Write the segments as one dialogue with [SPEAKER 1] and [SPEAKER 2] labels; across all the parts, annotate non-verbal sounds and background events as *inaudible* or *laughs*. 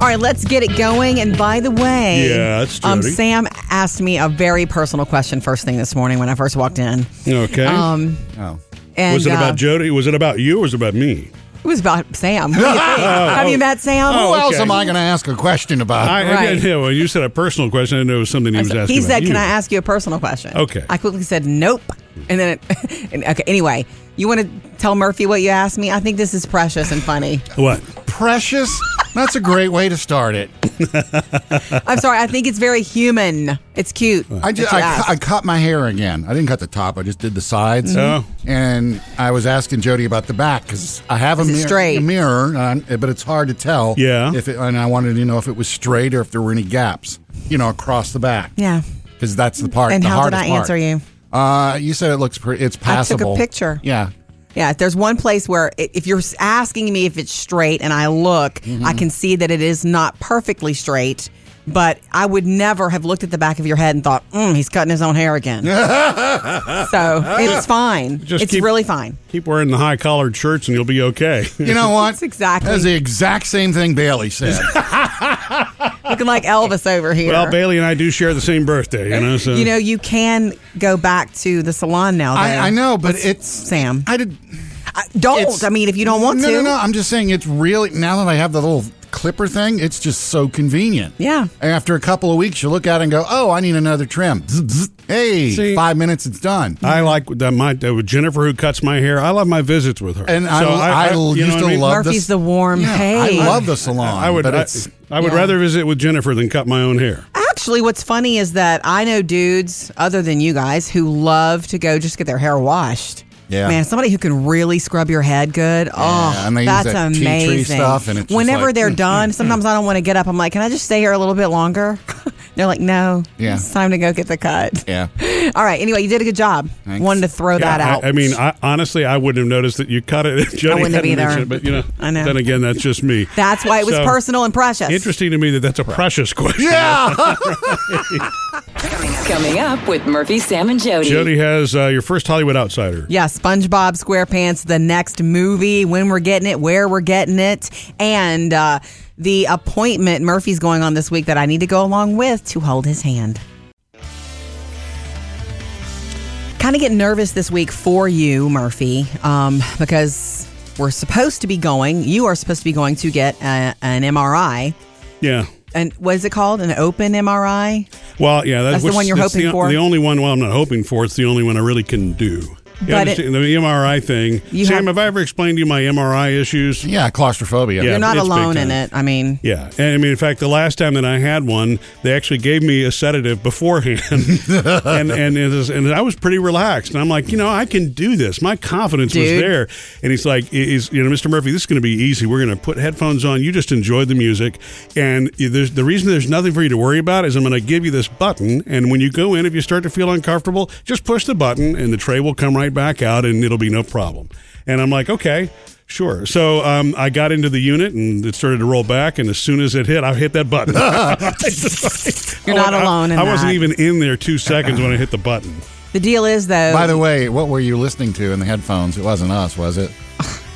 [SPEAKER 1] All right, let's get it going. And by the way,
[SPEAKER 2] Yeah, that's
[SPEAKER 1] um,
[SPEAKER 2] Jody.
[SPEAKER 1] Sam asked me a very personal question first thing this morning when I first walked in.
[SPEAKER 2] Okay.
[SPEAKER 1] Um,
[SPEAKER 3] Oh.
[SPEAKER 1] and
[SPEAKER 2] was it
[SPEAKER 1] uh,
[SPEAKER 2] about Jody? Was it about you or was it about me?
[SPEAKER 1] It was about Sam. What
[SPEAKER 2] *laughs*
[SPEAKER 1] do you think? Have you met Sam?
[SPEAKER 2] Oh,
[SPEAKER 3] Who else
[SPEAKER 2] okay.
[SPEAKER 3] am I going to ask a question about?
[SPEAKER 2] I, I-
[SPEAKER 1] Right.
[SPEAKER 2] yeah, well, you said a personal question. I didn't know it was something he was asking.
[SPEAKER 1] he
[SPEAKER 2] about
[SPEAKER 1] said,
[SPEAKER 2] you.
[SPEAKER 1] "Can I ask you a personal question?"
[SPEAKER 2] Okay.
[SPEAKER 1] I quickly said, "Nope," and then, it, *laughs* and, okay. Anyway, you want to tell Murphy what you asked me? I think this is precious and funny.
[SPEAKER 2] What?
[SPEAKER 3] Precious? That's a great way to start it.
[SPEAKER 1] I'm sorry. I think it's very human. It's cute.
[SPEAKER 3] I, just,
[SPEAKER 1] that
[SPEAKER 3] I,
[SPEAKER 1] you
[SPEAKER 3] cu-
[SPEAKER 1] asked.
[SPEAKER 3] I cut my hair again. I didn't cut the top. I just did the sides.
[SPEAKER 2] Oh.
[SPEAKER 3] And I was asking Jody about the back because I have a,
[SPEAKER 1] Is it
[SPEAKER 3] mirror,
[SPEAKER 1] straight?
[SPEAKER 3] a mirror, and I- but it's hard to tell.
[SPEAKER 2] Yeah.
[SPEAKER 3] If it, and I wanted to know if it was straight or if there were any gaps, you know, across the back.
[SPEAKER 1] yeah.
[SPEAKER 3] Because that's the part.
[SPEAKER 1] And
[SPEAKER 3] the
[SPEAKER 1] how did
[SPEAKER 3] hardest
[SPEAKER 1] I
[SPEAKER 3] part.
[SPEAKER 1] answer you?
[SPEAKER 3] Uh, you said it looks pretty. It's
[SPEAKER 1] I took a
[SPEAKER 3] passable.
[SPEAKER 1] picture. *laughs*
[SPEAKER 3] Yeah.
[SPEAKER 1] Yeah, if there's one place where i- if you're asking me if it's straight and I look,
[SPEAKER 3] Mm-hmm.
[SPEAKER 1] I can see that it is not perfectly straight, but I would never have looked at the back of your head and thought, mm, he's cutting his own hair
[SPEAKER 3] *laughs*
[SPEAKER 1] again. so it's fine.
[SPEAKER 2] Just
[SPEAKER 1] it's
[SPEAKER 2] keep-
[SPEAKER 1] really fine.
[SPEAKER 2] Keep wearing the high collared shirts and you'll
[SPEAKER 1] *laughs*
[SPEAKER 2] be okay.
[SPEAKER 3] You know what?
[SPEAKER 1] That's exactly-
[SPEAKER 3] That's the exact same thing Bailey said.
[SPEAKER 1] *laughs* Looking like Elvis over here.
[SPEAKER 2] well, Bailey and I do share the same birthday, you know. So
[SPEAKER 1] you know, you can go back to the salon now.
[SPEAKER 3] I,
[SPEAKER 1] though.
[SPEAKER 3] I know, but it's
[SPEAKER 1] Sam.
[SPEAKER 3] I did.
[SPEAKER 1] I- don't.
[SPEAKER 3] it's-
[SPEAKER 1] I mean, if you don't want
[SPEAKER 3] no,
[SPEAKER 1] to.
[SPEAKER 3] no, no. I'm just saying it's really now that I have the little clipper thing, it's just so convenient.
[SPEAKER 1] Yeah.
[SPEAKER 3] After a couple of weeks, you look at it and go, "Oh, I need another trim." Zzz, zzz. Hey,
[SPEAKER 2] See-
[SPEAKER 3] five minutes, it's done.
[SPEAKER 2] I like that. My that with Jennifer, who cuts my hair, I love my visits with her.
[SPEAKER 3] And I- I
[SPEAKER 2] you know
[SPEAKER 3] used
[SPEAKER 2] what
[SPEAKER 3] to
[SPEAKER 2] mean?
[SPEAKER 3] love
[SPEAKER 1] Murphy's
[SPEAKER 3] this-
[SPEAKER 1] the warm
[SPEAKER 3] Yeah,
[SPEAKER 1] hey.
[SPEAKER 3] I love the salon.
[SPEAKER 2] I would.
[SPEAKER 3] but
[SPEAKER 2] I,
[SPEAKER 3] it's
[SPEAKER 2] I would
[SPEAKER 1] yeah.
[SPEAKER 2] rather visit with Jennifer than cut my own hair.
[SPEAKER 1] Actually, what's funny is that I know dudes other than you guys who love to go just get their hair washed.
[SPEAKER 3] Yeah.
[SPEAKER 1] Man, somebody who can really scrub your head good. oh,
[SPEAKER 3] and they use
[SPEAKER 1] that's
[SPEAKER 3] that tea tree
[SPEAKER 1] amazing.
[SPEAKER 3] stuff, and it's just
[SPEAKER 1] Whenever
[SPEAKER 3] like,
[SPEAKER 1] they're
[SPEAKER 3] mm,
[SPEAKER 1] done, sometimes I don't want to get up. I'm like, can I just stay here a little bit
[SPEAKER 3] *laughs*
[SPEAKER 1] longer? They're like, no.
[SPEAKER 3] Yeah.
[SPEAKER 1] It's time to go get the cut.
[SPEAKER 3] Yeah.
[SPEAKER 1] *laughs* All right. Anyway, you did a good job.
[SPEAKER 3] Thanks.
[SPEAKER 1] Wanted to throw that
[SPEAKER 2] Yeah, I-
[SPEAKER 1] out.
[SPEAKER 2] I, mean, I, honestly, I wouldn't have noticed that you cut it. if Jenny
[SPEAKER 1] I wouldn't have
[SPEAKER 2] hadn't
[SPEAKER 1] either.
[SPEAKER 2] mentioned it, but you know,
[SPEAKER 1] I know.
[SPEAKER 2] Then again, that's just me.
[SPEAKER 1] that's why it was
[SPEAKER 2] So,
[SPEAKER 1] personal and precious.
[SPEAKER 2] Interesting to me that that's a precious question.
[SPEAKER 3] yeah.
[SPEAKER 4] Coming up with Murphy, Sam, and Jody.
[SPEAKER 2] Jody has uh, your first Hollywood outsider.
[SPEAKER 1] Yeah, SpongeBob SquarePants, the next movie, when we're getting it, where we're getting it, and uh, the appointment Murphy's going on this week that I need to go along with to hold his hand. Kind of get nervous this week for you, Murphy, um, because we're supposed to be going, you are supposed to be going to get a, an MRI.
[SPEAKER 2] Yeah.
[SPEAKER 1] And what is it called? An open MRI?
[SPEAKER 2] Well, yeah,
[SPEAKER 1] That's the
[SPEAKER 2] which-
[SPEAKER 1] one you're
[SPEAKER 2] that's
[SPEAKER 1] hoping
[SPEAKER 2] the,
[SPEAKER 1] for?
[SPEAKER 2] The only one. Well, I'm not hoping for. It's the only one I really can do. You
[SPEAKER 1] But it-
[SPEAKER 2] understand, the MRI thing.
[SPEAKER 1] You
[SPEAKER 2] Sam,
[SPEAKER 1] have-
[SPEAKER 2] have I ever explained to you my MRI issues?
[SPEAKER 3] yeah. Claustrophobia.
[SPEAKER 2] Yeah.
[SPEAKER 1] You're not
[SPEAKER 2] it's big
[SPEAKER 1] alone in
[SPEAKER 2] time.
[SPEAKER 1] it. I mean,
[SPEAKER 2] Yeah, and I mean, in fact, the last time that I had one, they actually gave me a sedative beforehand, *laughs* and and it is, and I was pretty relaxed. And I'm like, you know, I can do this. My confidence was
[SPEAKER 1] Dude.
[SPEAKER 2] there. And he's like, is you know, Mr. Murphy, this is going to be easy. We're going to put headphones on. You just enjoy the music, and there's the reason there's nothing for you to worry about is I'm going to give you this button, and when you go in, if you start to feel uncomfortable, just push the button, and the tray will come right back out, and it'll be no problem. And I'm like, okay. Sure. So um, I got into the unit and it started to roll back. And as soon as it hit, I hit that button.
[SPEAKER 1] *laughs* You're not alone in
[SPEAKER 2] *laughs* Oh, I, I wasn't
[SPEAKER 1] that.
[SPEAKER 2] even in there two seconds when I hit the button.
[SPEAKER 1] the deal is, though.
[SPEAKER 3] By the way, what were you listening to in the headphones? It wasn't us, was it?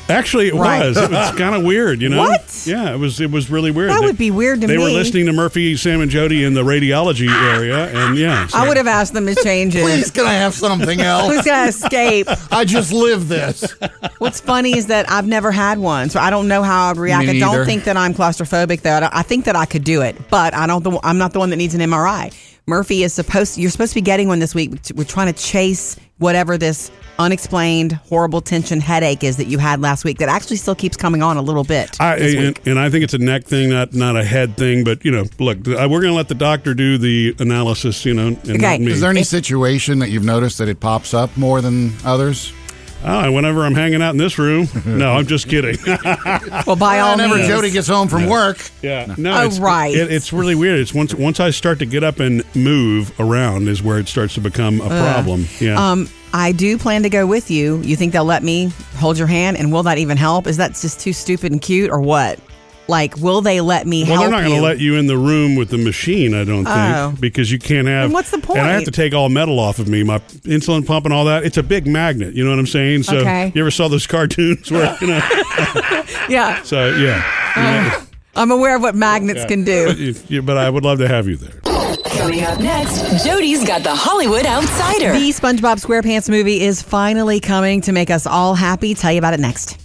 [SPEAKER 2] Actually, it
[SPEAKER 1] Right.
[SPEAKER 2] was. It was kind of weird, you know.
[SPEAKER 1] What?
[SPEAKER 2] Yeah, it was. It was really weird.
[SPEAKER 1] That
[SPEAKER 2] They-
[SPEAKER 1] would be weird to
[SPEAKER 2] They were
[SPEAKER 1] me.
[SPEAKER 2] listening to Murphy, Sam, and Jody in the radiology area, and yeah, so-
[SPEAKER 1] I would have asked them to change it.
[SPEAKER 3] Please, can I
[SPEAKER 1] *laughs*
[SPEAKER 3] have something
[SPEAKER 1] Who's
[SPEAKER 3] else?
[SPEAKER 1] gonna escape?
[SPEAKER 3] I just live
[SPEAKER 2] *laughs*
[SPEAKER 3] this.
[SPEAKER 1] What's funny is that I've never had one, so I don't know how I'd react.
[SPEAKER 3] Me
[SPEAKER 1] I don't
[SPEAKER 3] neither.
[SPEAKER 1] think that I'm claustrophobic, though. I, don't- I think that I could do it, but I don't. The, I'm not the one that needs an MRI. Murphy is supposed. You're supposed to be getting one this week. We're trying to chase whatever this unexplained horrible tension headache is that you had last week. That actually still keeps coming on a little bit.
[SPEAKER 2] I,
[SPEAKER 1] this
[SPEAKER 2] and,
[SPEAKER 1] week.
[SPEAKER 2] and I think it's a neck thing, not not a head thing. But you know, look, th- I- we're going to let the doctor do the analysis. You know, and
[SPEAKER 1] Okay.
[SPEAKER 2] not me.
[SPEAKER 3] Is there any situation that you've noticed that it pops up more than others?
[SPEAKER 2] Ah, whenever I'm hanging out in this room, no, I'm just kidding. *laughs*
[SPEAKER 1] Well, by all
[SPEAKER 3] Whenever
[SPEAKER 1] means,
[SPEAKER 3] Jody gets home from work,
[SPEAKER 2] yeah, no,
[SPEAKER 1] Oh,
[SPEAKER 2] it's,
[SPEAKER 1] right.
[SPEAKER 2] It, it's really weird. It's once once I start to get up and move around is where it starts to become a problem. Yeah.
[SPEAKER 1] Um, I do plan to go with you. You think they'll let me hold your hand? And will that even help? Is that just too stupid and cute, or what? Like, will they let me
[SPEAKER 2] Well,
[SPEAKER 1] help
[SPEAKER 2] they're not
[SPEAKER 1] you?
[SPEAKER 2] to let you in the room with the machine, I don't think,
[SPEAKER 1] Oh.
[SPEAKER 2] because you can't have.
[SPEAKER 1] Then what's the
[SPEAKER 2] And I have
[SPEAKER 1] point?
[SPEAKER 2] to take all metal off of me, my insulin pump and all that. It's a big magnet. You know what I'm saying? So
[SPEAKER 1] Okay.
[SPEAKER 2] *laughs* you ever saw those cartoons where you know?
[SPEAKER 1] yeah.
[SPEAKER 2] So yeah. You know,
[SPEAKER 1] I'm aware of what magnets Oh, can do.
[SPEAKER 2] If you- but I would love to have you there.
[SPEAKER 4] Coming up next, Jody's got the Hollywood Outsider.
[SPEAKER 1] The SpongeBob SquarePants movie is finally coming to make us all happy. Tell you about it next.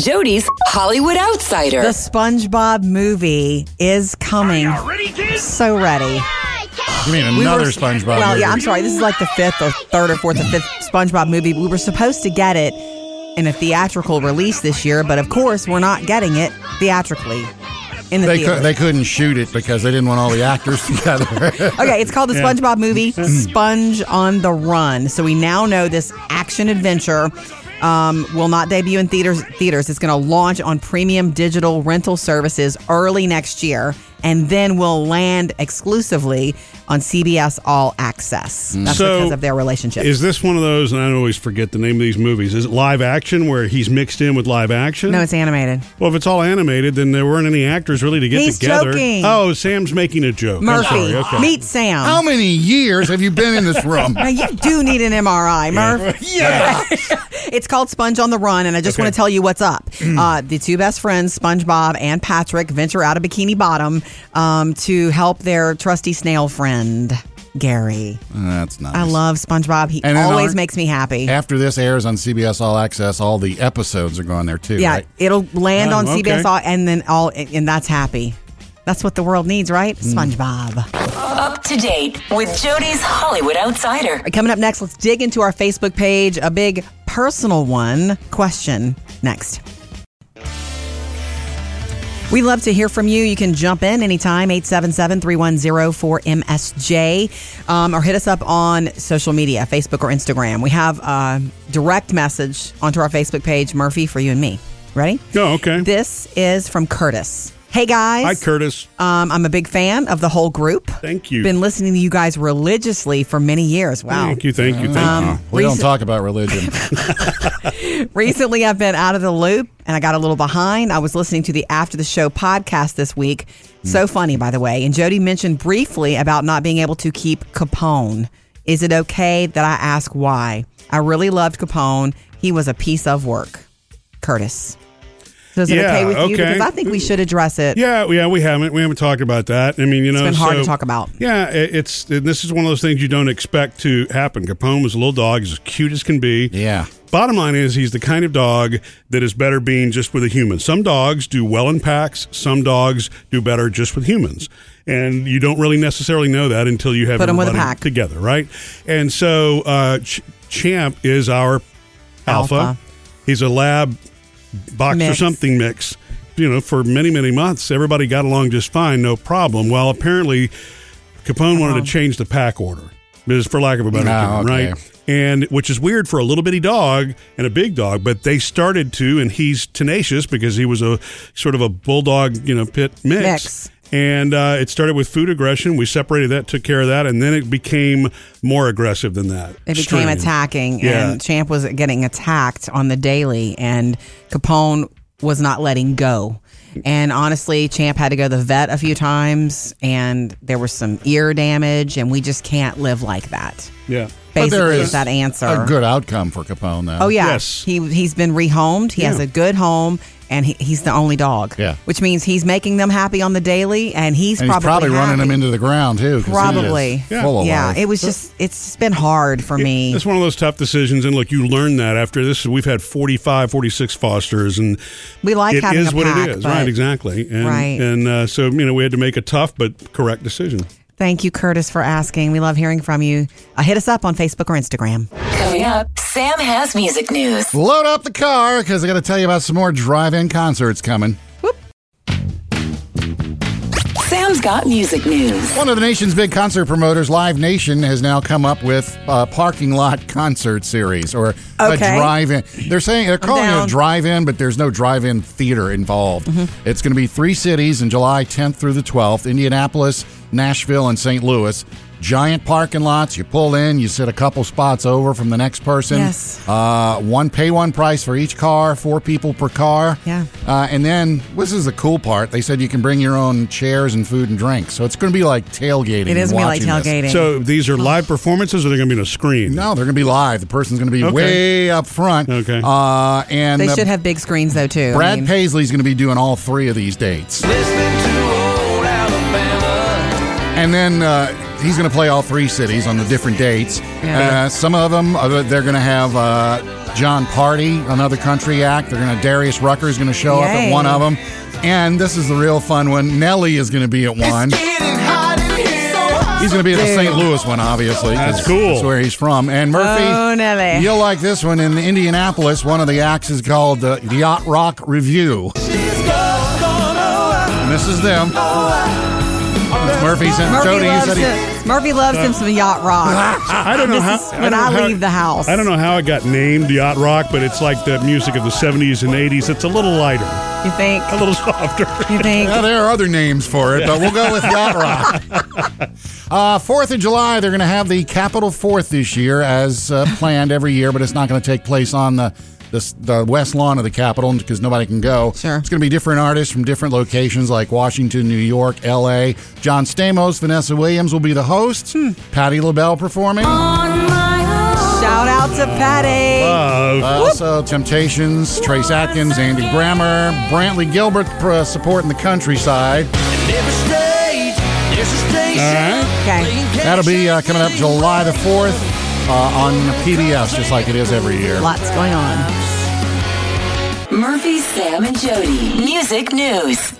[SPEAKER 4] Jody's Hollywood Outsider.
[SPEAKER 1] The SpongeBob movie is coming. So ready.
[SPEAKER 3] You mean
[SPEAKER 1] We
[SPEAKER 3] another
[SPEAKER 1] were-
[SPEAKER 3] SpongeBob?
[SPEAKER 1] Well,
[SPEAKER 3] movie.
[SPEAKER 1] yeah, I'm sorry. This is like the fifth or third or fourth or fifth SpongeBob movie. We were supposed to get it in a theatrical release this year, but of course, we're not getting it theatrically in the
[SPEAKER 3] They,
[SPEAKER 1] theater.
[SPEAKER 3] could, they couldn't shoot it because they didn't want all the actors *laughs* together.
[SPEAKER 1] Okay, it's called the SpongeBob
[SPEAKER 2] *laughs*
[SPEAKER 1] movie Sponge on the Run. So we now know this action adventure um, will not debut in theaters. Theaters. It's going to launch on premium digital rental services early next year, and then will land exclusively on CBS All Access. That's
[SPEAKER 2] So,
[SPEAKER 1] because of their relationship.
[SPEAKER 2] Is this one of those, and I always forget the name of these movies, is it live action where he's mixed in with live action?
[SPEAKER 1] no, it's animated.
[SPEAKER 2] Well, if it's all animated, then there weren't any actors really to get
[SPEAKER 1] He's
[SPEAKER 2] together.
[SPEAKER 1] joking.
[SPEAKER 2] Oh, Sam's making a joke. I'm
[SPEAKER 1] Murphy,
[SPEAKER 2] sorry, okay.
[SPEAKER 1] meet Sam.
[SPEAKER 3] How many years have you been in this room?
[SPEAKER 1] now you do need an MRI, Murph.
[SPEAKER 3] yeah.
[SPEAKER 1] It's called Sponge on the Run, and I just
[SPEAKER 2] Okay.
[SPEAKER 1] want to tell you what's up. Uh, the two best friends, SpongeBob and Patrick, venture out of Bikini Bottom um, to help their trusty snail friend, Gary.
[SPEAKER 3] That's nice.
[SPEAKER 1] I love SpongeBob. He
[SPEAKER 3] And then
[SPEAKER 1] always
[SPEAKER 3] our-
[SPEAKER 1] makes me happy.
[SPEAKER 3] After this airs on CBS All Access, all the episodes are going there too.
[SPEAKER 1] yeah,
[SPEAKER 3] right?
[SPEAKER 1] it'll land
[SPEAKER 2] Oh,
[SPEAKER 1] on CBS
[SPEAKER 2] okay.
[SPEAKER 1] all, and then all, and and that's happy. That's what the world needs, right? SpongeBob.
[SPEAKER 4] Up to date with Jody's Hollywood Outsider.
[SPEAKER 1] Coming up next, let's dig into our Facebook page, a big personal one question next. We love to hear from you. You can jump in anytime, 877-310-4MSJ, um, or hit us up on social media, Facebook or Instagram. We have a direct message onto our Facebook page, Murphy, for you and me. Ready?
[SPEAKER 2] Oh, okay.
[SPEAKER 1] This is from Curtis. Hey, guys.
[SPEAKER 2] Hi, Curtis.
[SPEAKER 1] Um, I'm a big fan of the whole group.
[SPEAKER 2] Thank you.
[SPEAKER 1] Been listening to you guys religiously for many years. Wow. Um,
[SPEAKER 2] Thank you, thank you, thank you.
[SPEAKER 3] Uh, We don't
[SPEAKER 1] Recent-
[SPEAKER 3] talk about
[SPEAKER 1] *laughs*
[SPEAKER 3] religion.
[SPEAKER 1] Recently, I've been out of the loop and I got a little behind. I was listening to the After the Show podcast this week.
[SPEAKER 2] Hmm.
[SPEAKER 1] So funny, by the way. And Jody mentioned briefly about not being able to keep Capone. Is it okay that I ask why? I really loved Capone. He was a piece of work. Curtis. So is it
[SPEAKER 2] Yeah,
[SPEAKER 1] okay with you?
[SPEAKER 2] okay.
[SPEAKER 1] Because I think we should address it.
[SPEAKER 2] Yeah, yeah, we haven't we haven't talked about that. I mean, you know,
[SPEAKER 1] been hard to
[SPEAKER 2] so-
[SPEAKER 1] talk about.
[SPEAKER 2] Yeah, i- it's and this is one of those things you don't expect to happen. Capone was a little dog, he's as cute as can be.
[SPEAKER 3] Yeah.
[SPEAKER 2] Bottom line is he's the kind of dog that is better being just with a human. Some dogs do well in packs. Some dogs do better just with humans, and you don't really necessarily know that until you have
[SPEAKER 1] Put 'em with a
[SPEAKER 2] everybody
[SPEAKER 1] pack.
[SPEAKER 2] together, right? And so uh, Ch- Champ is our alpha.
[SPEAKER 1] Alpha.
[SPEAKER 2] He's a lab box or
[SPEAKER 1] Mix.
[SPEAKER 2] something mix. You know, for many many months, everybody got along just fine, no problem. Well, apparently, Capone
[SPEAKER 1] Uh-huh.
[SPEAKER 2] wanted to change the pack order, is for lack of a better
[SPEAKER 3] Ah,
[SPEAKER 2] term,
[SPEAKER 3] okay.
[SPEAKER 2] right? And which is weird for a little bitty dog and a big dog, but they started to, and he's tenacious because he was a sort of a bulldog, you know, pit mix.
[SPEAKER 1] Mix.
[SPEAKER 2] And uh, it started with food aggression. We separated that, took care of that, and then it became more aggressive than that.
[SPEAKER 1] It became
[SPEAKER 2] Extreme.
[SPEAKER 1] attacking,
[SPEAKER 2] Yeah.
[SPEAKER 1] and Champ was getting attacked on the daily, and Capone was not letting go. And honestly, Champ had to go to the vet a few times, and there was some ear damage, and we just can't live like that.
[SPEAKER 2] Yeah.
[SPEAKER 3] But there
[SPEAKER 1] Basically,
[SPEAKER 3] is
[SPEAKER 1] is that answer.
[SPEAKER 3] A good outcome for Capone, though.
[SPEAKER 1] oh yeah,
[SPEAKER 2] Yes.
[SPEAKER 1] he he's been rehomed. He has
[SPEAKER 2] Yeah.
[SPEAKER 1] a good home, and he, he's the only dog.
[SPEAKER 3] Yeah.
[SPEAKER 1] which means he's making them happy on the daily, and he's
[SPEAKER 3] And he's
[SPEAKER 1] probably
[SPEAKER 3] probably running
[SPEAKER 1] happy.
[SPEAKER 3] them into the ground too. 'cause he is
[SPEAKER 1] Probably.
[SPEAKER 2] Yeah.
[SPEAKER 3] full of
[SPEAKER 1] Yeah,
[SPEAKER 3] life.
[SPEAKER 1] it was just it's just been hard for me.
[SPEAKER 2] It's one of those tough decisions. And look, you learn that after this. We've had 45, 46 fosters, and
[SPEAKER 1] We like
[SPEAKER 2] it
[SPEAKER 1] having
[SPEAKER 2] is
[SPEAKER 1] a
[SPEAKER 2] what
[SPEAKER 1] pack,
[SPEAKER 2] it is.
[SPEAKER 1] but-
[SPEAKER 2] Right, exactly. And,
[SPEAKER 1] Right.
[SPEAKER 2] And uh, so, you know, we had to make a tough but correct decision.
[SPEAKER 1] Thank you, Curtis, for asking. We love hearing from you. Uh, hit us up on Facebook or Instagram.
[SPEAKER 4] Coming up, Sam has music news.
[SPEAKER 3] Load up the car because I got to tell you about some more drive-in concerts coming.
[SPEAKER 4] Sam's got music news.
[SPEAKER 3] One of the nation's big concert promoters, Live Nation, has now come up with a parking lot concert series or
[SPEAKER 1] Okay.
[SPEAKER 3] a drive-in. They're saying they're calling it a
[SPEAKER 1] down. Mm-hmm.
[SPEAKER 3] drive-in, but there's no drive-in theater involved. It's going to be three cities in July 10th through the 12th: Indianapolis, Nashville, and St. Louis. Giant parking lots. You pull in, you sit a couple spots over from the next person.
[SPEAKER 1] Yes.
[SPEAKER 3] Uh, one pay one price for each car, four people per car.
[SPEAKER 1] Yeah.
[SPEAKER 3] Uh, and then this is the cool part. They said you can bring your own chairs and food and drinks. So it's going to be like tailgating.
[SPEAKER 1] It is gonna be like
[SPEAKER 3] watching this.
[SPEAKER 1] tailgating.
[SPEAKER 2] So these are live performances, or they're going to be on a screen?
[SPEAKER 3] No, they're going to be live. The person's going to be
[SPEAKER 2] Okay.
[SPEAKER 3] way up front.
[SPEAKER 2] Okay.
[SPEAKER 3] Uh, and
[SPEAKER 1] they
[SPEAKER 3] uh,
[SPEAKER 1] should have big screens though too. I
[SPEAKER 3] Brad
[SPEAKER 1] mean-
[SPEAKER 3] Paisley's going to be doing all three of these dates.
[SPEAKER 5] Listening to old Alabama.
[SPEAKER 3] And then uh, he's going to play all three cities on the different dates.
[SPEAKER 1] Yeah.
[SPEAKER 3] Uh, some of them, uh, they're going to have uh, John Party, another country act. They're going to Darius Rucker's going to show up at
[SPEAKER 1] Yay.
[SPEAKER 3] one of them. And this is the real fun one. Nelly is going to be at one.
[SPEAKER 5] Getting hot in here.
[SPEAKER 3] He's going to be at the St. Louis one, obviously. 'cause
[SPEAKER 2] That's cool.
[SPEAKER 3] That's where he's from. And Murphy,
[SPEAKER 1] Oh, Nelly.
[SPEAKER 3] you'll like this one. In Indianapolis, one of the acts is called uh, Yacht Rock Review.
[SPEAKER 5] She's gone, gone, oh,
[SPEAKER 3] And this is them. It's Murphy's and
[SPEAKER 1] uh, Murphy
[SPEAKER 3] Jody. He
[SPEAKER 1] loves,
[SPEAKER 3] said he-
[SPEAKER 1] it. Murphy loves him some yacht
[SPEAKER 3] *laughs*
[SPEAKER 1] rock.
[SPEAKER 2] I don't know
[SPEAKER 1] This
[SPEAKER 2] how.
[SPEAKER 1] is
[SPEAKER 2] don't
[SPEAKER 1] when
[SPEAKER 2] know
[SPEAKER 1] I
[SPEAKER 2] how-
[SPEAKER 1] leave the house.
[SPEAKER 2] I don't know how it got named yacht rock, but it's like the music of the '70s and '80s. It's a little lighter,
[SPEAKER 1] You think?
[SPEAKER 2] a little *laughs* softer.
[SPEAKER 1] You think?
[SPEAKER 3] Now, there are other names for it, but we'll go with Yacht Rock. Uh, Fourth of July, they're going to have the Capital Fourth this year, as uh, planned every year, but it's not going to take place on the, the the west lawn of the Capitol because nobody can go.
[SPEAKER 1] Sure.
[SPEAKER 3] It's going to be different artists from different locations like Washington, New York, L.A. John Stamos, Vanessa Williams will be the hosts. Patti LaBelle performing.
[SPEAKER 1] Shout out to Patty.
[SPEAKER 3] Uh, also, Temptations, Trace Atkins, Andy Grammer, Brantley Gilbert uh, supporting the countryside.
[SPEAKER 5] and every stage, there's a station.
[SPEAKER 1] okay.
[SPEAKER 3] That'll be uh, coming up July the 4th uh, on PBS, just like it is every year.
[SPEAKER 1] Lots going on.
[SPEAKER 4] Murphy, Sam, and Jody. Music news.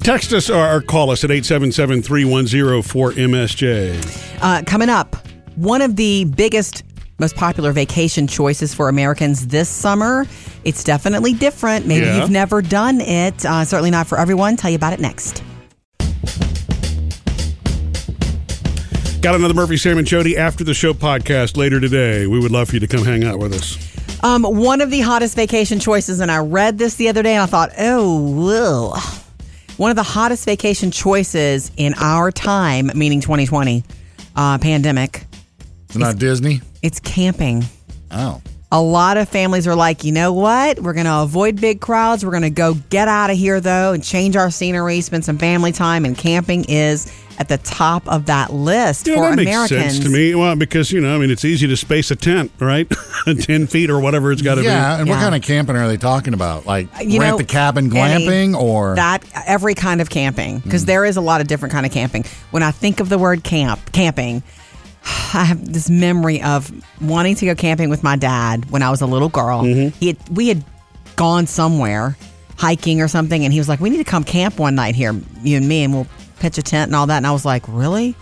[SPEAKER 2] Text us or, or call us at 877-310-4MSJ.
[SPEAKER 1] Uh, coming up, one of the biggest, most popular vacation choices for Americans this summer. It's definitely different. Maybe
[SPEAKER 2] Yeah.
[SPEAKER 1] you've never done it. Uh, certainly not for everyone. Tell you about it next.
[SPEAKER 2] Got another Murphy, Sam, and Jody after the show podcast later today. We would love for you to come hang out with us.
[SPEAKER 1] Um, one of the hottest vacation choices, and I read this the other day, and I thought, oh, whoa. One of the hottest vacation choices in our time, meaning 2020 uh, pandemic,
[SPEAKER 3] It's not Disney.
[SPEAKER 1] it's camping.
[SPEAKER 3] Oh.
[SPEAKER 1] A lot of families are like, you know what? We're going to avoid big crowds. We're going to go get out of here, though, and change our scenery, spend some family time, and camping is at the top of that list
[SPEAKER 2] Yeah,
[SPEAKER 1] for
[SPEAKER 2] that makes
[SPEAKER 1] Americans.
[SPEAKER 2] sense to me. Well, because, you know, I mean, it's easy to space a tent, right? *laughs* 10 feet or whatever it's got to
[SPEAKER 3] Yeah, and what
[SPEAKER 1] Yeah.
[SPEAKER 3] kind of camping are they talking about? Like
[SPEAKER 1] Uh, you
[SPEAKER 3] rent
[SPEAKER 1] know,
[SPEAKER 3] the cabin
[SPEAKER 1] any-
[SPEAKER 3] glamping or Mm.
[SPEAKER 1] that every kind of camping because there is a lot of different kind of camping when i think of the word camp camping *sighs* i have this memory of wanting to go camping with my dad when i was a little girl
[SPEAKER 3] Mm-hmm.
[SPEAKER 1] he had, we had gone somewhere hiking or something and he was like we need to come camp one night here you and me and we'll pitch a tent and all that and i was like really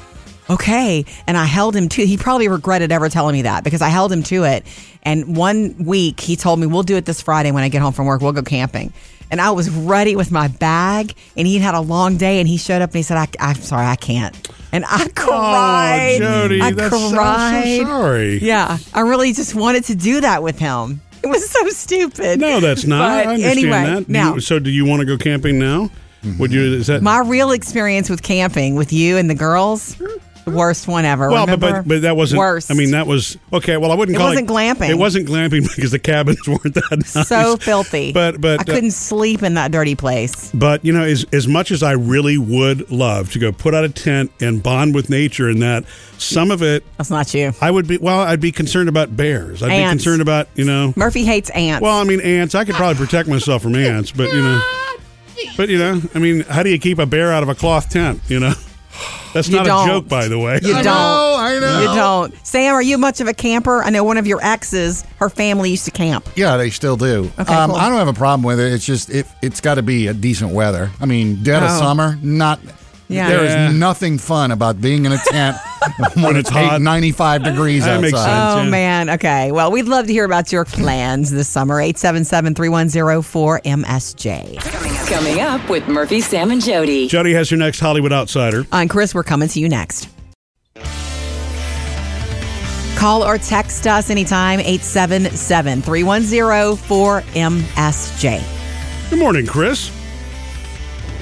[SPEAKER 1] okay and i held him to he probably regretted ever telling me that because i held him to it and one week he told me we'll do it this friday when i get home from work we'll go camping and i was ready with my bag and he'd had a long day and he showed up and he said I, i'm sorry i can't and i cried
[SPEAKER 2] Oh, Jody,
[SPEAKER 1] i
[SPEAKER 2] that's- I'm so
[SPEAKER 1] cried
[SPEAKER 2] sorry.
[SPEAKER 1] yeah i really just wanted to do that with him it was so stupid
[SPEAKER 2] No, that's not.
[SPEAKER 1] But
[SPEAKER 2] I understand
[SPEAKER 1] anyway
[SPEAKER 2] that. Do
[SPEAKER 1] now
[SPEAKER 2] you- so, do you want to go camping now? Would you? Is that
[SPEAKER 1] my real experience with camping with you and the girls the worst one ever
[SPEAKER 2] well? But,
[SPEAKER 1] remember?
[SPEAKER 2] but but that wasn't.
[SPEAKER 1] worst
[SPEAKER 2] I mean, that was okay. Well, I wouldn't.
[SPEAKER 1] It
[SPEAKER 2] call
[SPEAKER 1] wasn't glamping.
[SPEAKER 2] It wasn't glamping *laughs* because the cabins weren't that *laughs* nice.
[SPEAKER 1] so filthy.
[SPEAKER 2] But but uh,
[SPEAKER 1] I couldn't sleep in that dirty place.
[SPEAKER 2] But you know, as as much as I really would love to go put out a tent and bond with nature, and that some of it,
[SPEAKER 1] That's not you.
[SPEAKER 2] I would be. Well, I'd be concerned about bears. I'd
[SPEAKER 1] Ants.
[SPEAKER 2] be concerned about you know.
[SPEAKER 1] Murphy hates ants.
[SPEAKER 2] Well, I mean, ants. I could probably protect myself from ants, but you know. But you know, I mean, how do you keep a bear out of a cloth tent? You know, *laughs* that's
[SPEAKER 1] You
[SPEAKER 2] not
[SPEAKER 1] don't.
[SPEAKER 2] a joke, by the way. *laughs*
[SPEAKER 1] You
[SPEAKER 3] I
[SPEAKER 1] don't.
[SPEAKER 3] know, I know.
[SPEAKER 1] You don't. Sam, are you much of a camper? I know one of your exes, her family used to camp.
[SPEAKER 3] Yeah, they still do.
[SPEAKER 1] Okay,
[SPEAKER 3] um,
[SPEAKER 1] cool.
[SPEAKER 3] I don't have a problem with it. It's just it, it's got to be a decent weather. I mean, dead of
[SPEAKER 1] Oh.
[SPEAKER 3] summer, not.
[SPEAKER 1] Yeah.
[SPEAKER 3] There
[SPEAKER 2] Yeah.
[SPEAKER 3] is nothing fun about being in a tent when it's
[SPEAKER 2] it's hot.
[SPEAKER 3] 95 degrees
[SPEAKER 2] That
[SPEAKER 3] outside.
[SPEAKER 2] makes sense.
[SPEAKER 1] Oh,
[SPEAKER 2] yeah.
[SPEAKER 1] man. Okay. Well, we'd love to hear about your plans this summer. 877 310 4MSJ.
[SPEAKER 4] Coming up with Murphy, Sam, and Jody.
[SPEAKER 2] Jody has your next Hollywood Outsider.
[SPEAKER 1] And Chris, we're coming to you next. Call or text us anytime, 877 310 4MSJ.
[SPEAKER 2] Good morning, Chris.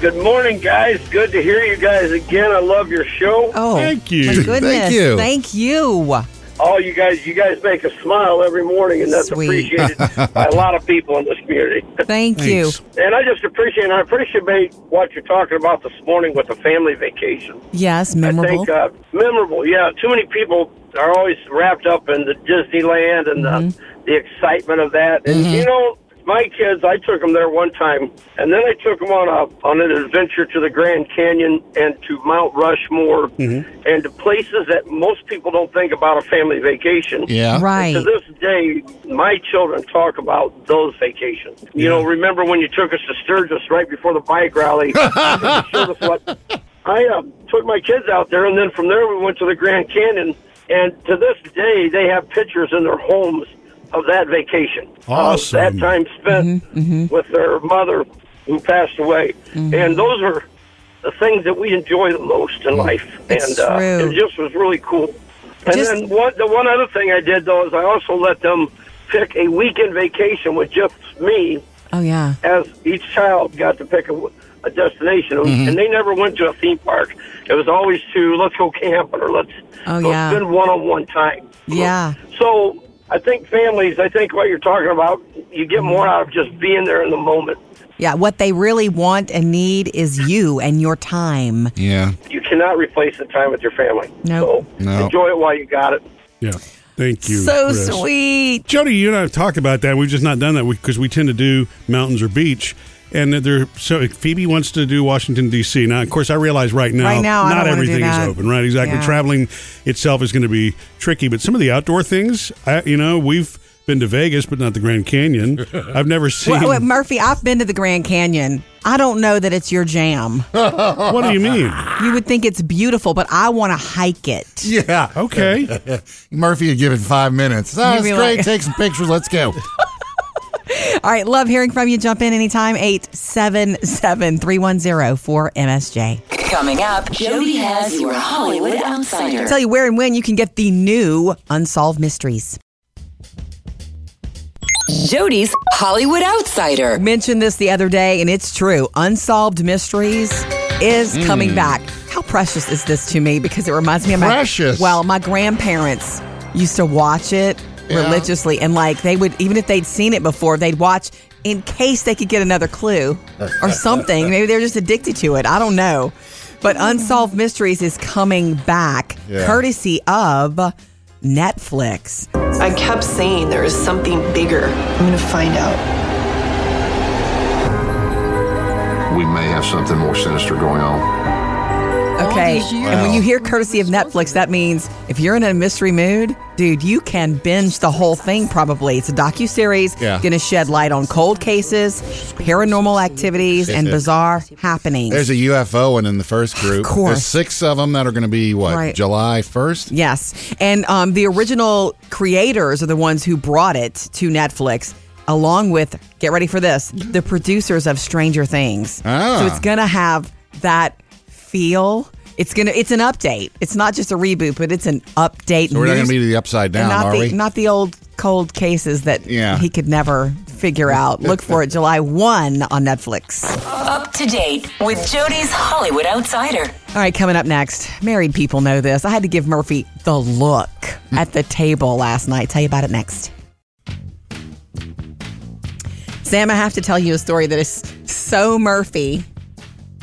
[SPEAKER 6] Good morning, guys. Good to hear you guys again. I love your show.
[SPEAKER 1] Oh,
[SPEAKER 2] Thank you.
[SPEAKER 1] My
[SPEAKER 2] Thank
[SPEAKER 1] goodness.
[SPEAKER 3] you.
[SPEAKER 1] Thank you.
[SPEAKER 6] All you guys, you guys make us smile every morning, and that's
[SPEAKER 1] Sweet.
[SPEAKER 6] appreciated by a lot of people in this community. *laughs*
[SPEAKER 1] Thank
[SPEAKER 2] Thanks.
[SPEAKER 1] you.
[SPEAKER 6] and I just appreciate, and I appreciate what you're talking about this morning with the family vacation.
[SPEAKER 1] Yes,
[SPEAKER 6] I
[SPEAKER 1] memorable.
[SPEAKER 6] think uh, memorable. Yeah, too many people are always wrapped up in the Disneyland and the, the excitement of that. And you know, my kids, I took them there one time, and then I took them on a on an adventure to the Grand Canyon and to Mount Rushmore and to places that most people don't think about a family vacation.
[SPEAKER 3] Yeah.
[SPEAKER 1] right.
[SPEAKER 6] To this day, my children talk about those vacations. You know, remember when you took us to Sturgis right before the
[SPEAKER 1] *laughs*
[SPEAKER 6] bike rally? You showed us what- I uh, took my kids out there, and then from there we went to the Grand Canyon. And to this day, they have pictures in their homes of that vacation, of
[SPEAKER 2] Awesome.
[SPEAKER 6] that time spent
[SPEAKER 1] Mm-hmm,
[SPEAKER 6] with their mother who passed away, and those are the things that we enjoy the most in life.
[SPEAKER 1] It's
[SPEAKER 6] and uh,
[SPEAKER 1] true.
[SPEAKER 6] it just was really cool. And
[SPEAKER 1] Just-
[SPEAKER 6] then one, the one other thing I did though is I also let them pick a weekend vacation with just me,
[SPEAKER 1] oh, yeah.
[SPEAKER 6] as each child got to pick a, a destination,
[SPEAKER 1] Mm-hmm.
[SPEAKER 6] and they never went to a theme park. It was always to let's go camping or let's
[SPEAKER 1] Oh,
[SPEAKER 6] go
[SPEAKER 1] yeah.
[SPEAKER 6] spend one-on-one time.
[SPEAKER 1] Yeah.
[SPEAKER 6] So I think families, I think what you're talking about, you get
[SPEAKER 1] Mm-hmm.
[SPEAKER 6] more out of just being there in the moment.
[SPEAKER 1] Yeah. What they really want and need is you and your time.
[SPEAKER 3] Yeah.
[SPEAKER 6] You cannot replace the time with your family.
[SPEAKER 1] Nope.
[SPEAKER 6] So
[SPEAKER 3] No.
[SPEAKER 6] enjoy it while you got it.
[SPEAKER 2] Yeah. Thank you.
[SPEAKER 1] so
[SPEAKER 2] Chris.
[SPEAKER 1] sweet.
[SPEAKER 2] Jody, you and I have talked about that. We've just not done that because we tend to do mountains or beach. And that they're so Phoebe wants to do Washington D.C. Now, of course, I realize right now,
[SPEAKER 1] Right now, I
[SPEAKER 2] not
[SPEAKER 1] don't wanna do
[SPEAKER 2] everything is
[SPEAKER 1] that.
[SPEAKER 2] open. Right, exactly.
[SPEAKER 1] Yeah.
[SPEAKER 2] Traveling itself is going to be tricky, but some of the outdoor things, I, you know, we've been to Vegas, but not the Grand Canyon. I've never seen.
[SPEAKER 1] Well, well, Murphy, I've been to the Grand Canyon. I don't know that it's your
[SPEAKER 2] *laughs*
[SPEAKER 1] jam.
[SPEAKER 2] what do you mean?
[SPEAKER 1] You would think it's beautiful, but I want to hike it.
[SPEAKER 3] Yeah.
[SPEAKER 2] Okay,
[SPEAKER 3] Murphy would give it five minutes. That's
[SPEAKER 1] be
[SPEAKER 3] great.
[SPEAKER 1] like-
[SPEAKER 3] Take some pictures. Let's go.
[SPEAKER 1] All right, love hearing from you. Jump in anytime. 877 310 4MSJ.
[SPEAKER 4] Coming up, Jody has your Hollywood Outsider.
[SPEAKER 1] Tell you where and when you can get the new Unsolved Mysteries.
[SPEAKER 4] Jody's Hollywood Outsider.
[SPEAKER 1] Mentioned this the other day, and it's true. Unsolved Mysteries is
[SPEAKER 3] Hmm.
[SPEAKER 1] coming back. How precious is this to me? Because it reminds me of my
[SPEAKER 3] Precious.
[SPEAKER 1] Well, my grandparents used to watch it
[SPEAKER 3] Yeah.
[SPEAKER 1] religiously, and like they would, even if they'd seen it before, they'd watch in case they could get another clue or something. Maybe they're just addicted to it. I don't know. But Unsolved Mysteries is coming back,
[SPEAKER 3] Hmm. Yeah.
[SPEAKER 1] courtesy of Netflix.
[SPEAKER 7] I kept saying there is something bigger. I'm gonna find out.
[SPEAKER 8] we may have something more sinister going on.
[SPEAKER 1] Okay. And when you hear courtesy of Netflix, that means if you're in a mystery mood, dude, you can binge the whole thing probably. It's a docuseries
[SPEAKER 3] Yeah.
[SPEAKER 1] going to shed light on cold cases, paranormal activities, and bizarre happenings.
[SPEAKER 3] There's a UFO one in the first group. Of
[SPEAKER 1] course.
[SPEAKER 3] There's six of them that are going to be, what,
[SPEAKER 1] Right.
[SPEAKER 3] July 1st?
[SPEAKER 1] yes. And um, the original creators are the ones who brought it to Netflix. Along with, get ready for this, the producers of Stranger Things.
[SPEAKER 3] Ah.
[SPEAKER 1] So it's gonna have that feel. It's gonna, it's an update. It's not just a reboot, but it's an update.
[SPEAKER 3] We're not going
[SPEAKER 1] news-
[SPEAKER 3] to be the upside
[SPEAKER 1] And
[SPEAKER 3] down,
[SPEAKER 1] not
[SPEAKER 3] are
[SPEAKER 1] the
[SPEAKER 3] we?
[SPEAKER 1] not the old cold cases that
[SPEAKER 3] Yeah.
[SPEAKER 1] he could never figure
[SPEAKER 3] *laughs*
[SPEAKER 1] out. Look for it July one on Netflix.
[SPEAKER 4] Up to date with Jody's Hollywood Outsider.
[SPEAKER 1] All right, coming up next, married people know this. I had to give Murphy the look
[SPEAKER 3] Hmm.
[SPEAKER 1] at the table last night. Tell you about it next. Sam, I have to tell you a story that is so Murphy.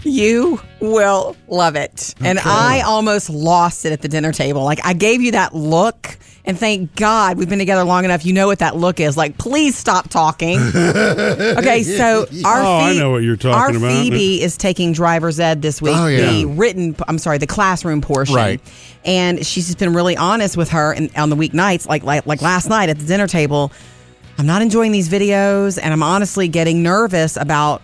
[SPEAKER 1] You will love it. And I almost lost it at the dinner table. Like, I gave you that look, and thank God we've been together long enough. You know what that look is. Like, please stop
[SPEAKER 3] *laughs*
[SPEAKER 1] talking. okay, so our
[SPEAKER 2] Oh, I
[SPEAKER 1] Phoe-
[SPEAKER 2] know what you're talking
[SPEAKER 1] our
[SPEAKER 2] about.
[SPEAKER 1] Phoebe is taking driver's ed this week.
[SPEAKER 3] Oh, yeah.
[SPEAKER 1] The written, I'm sorry, the classroom portion.
[SPEAKER 3] Right.
[SPEAKER 1] And she's just been really honest with her and on the weeknights, like, like like last night at the dinner table. I'm not enjoying these videos, and I'm honestly getting nervous about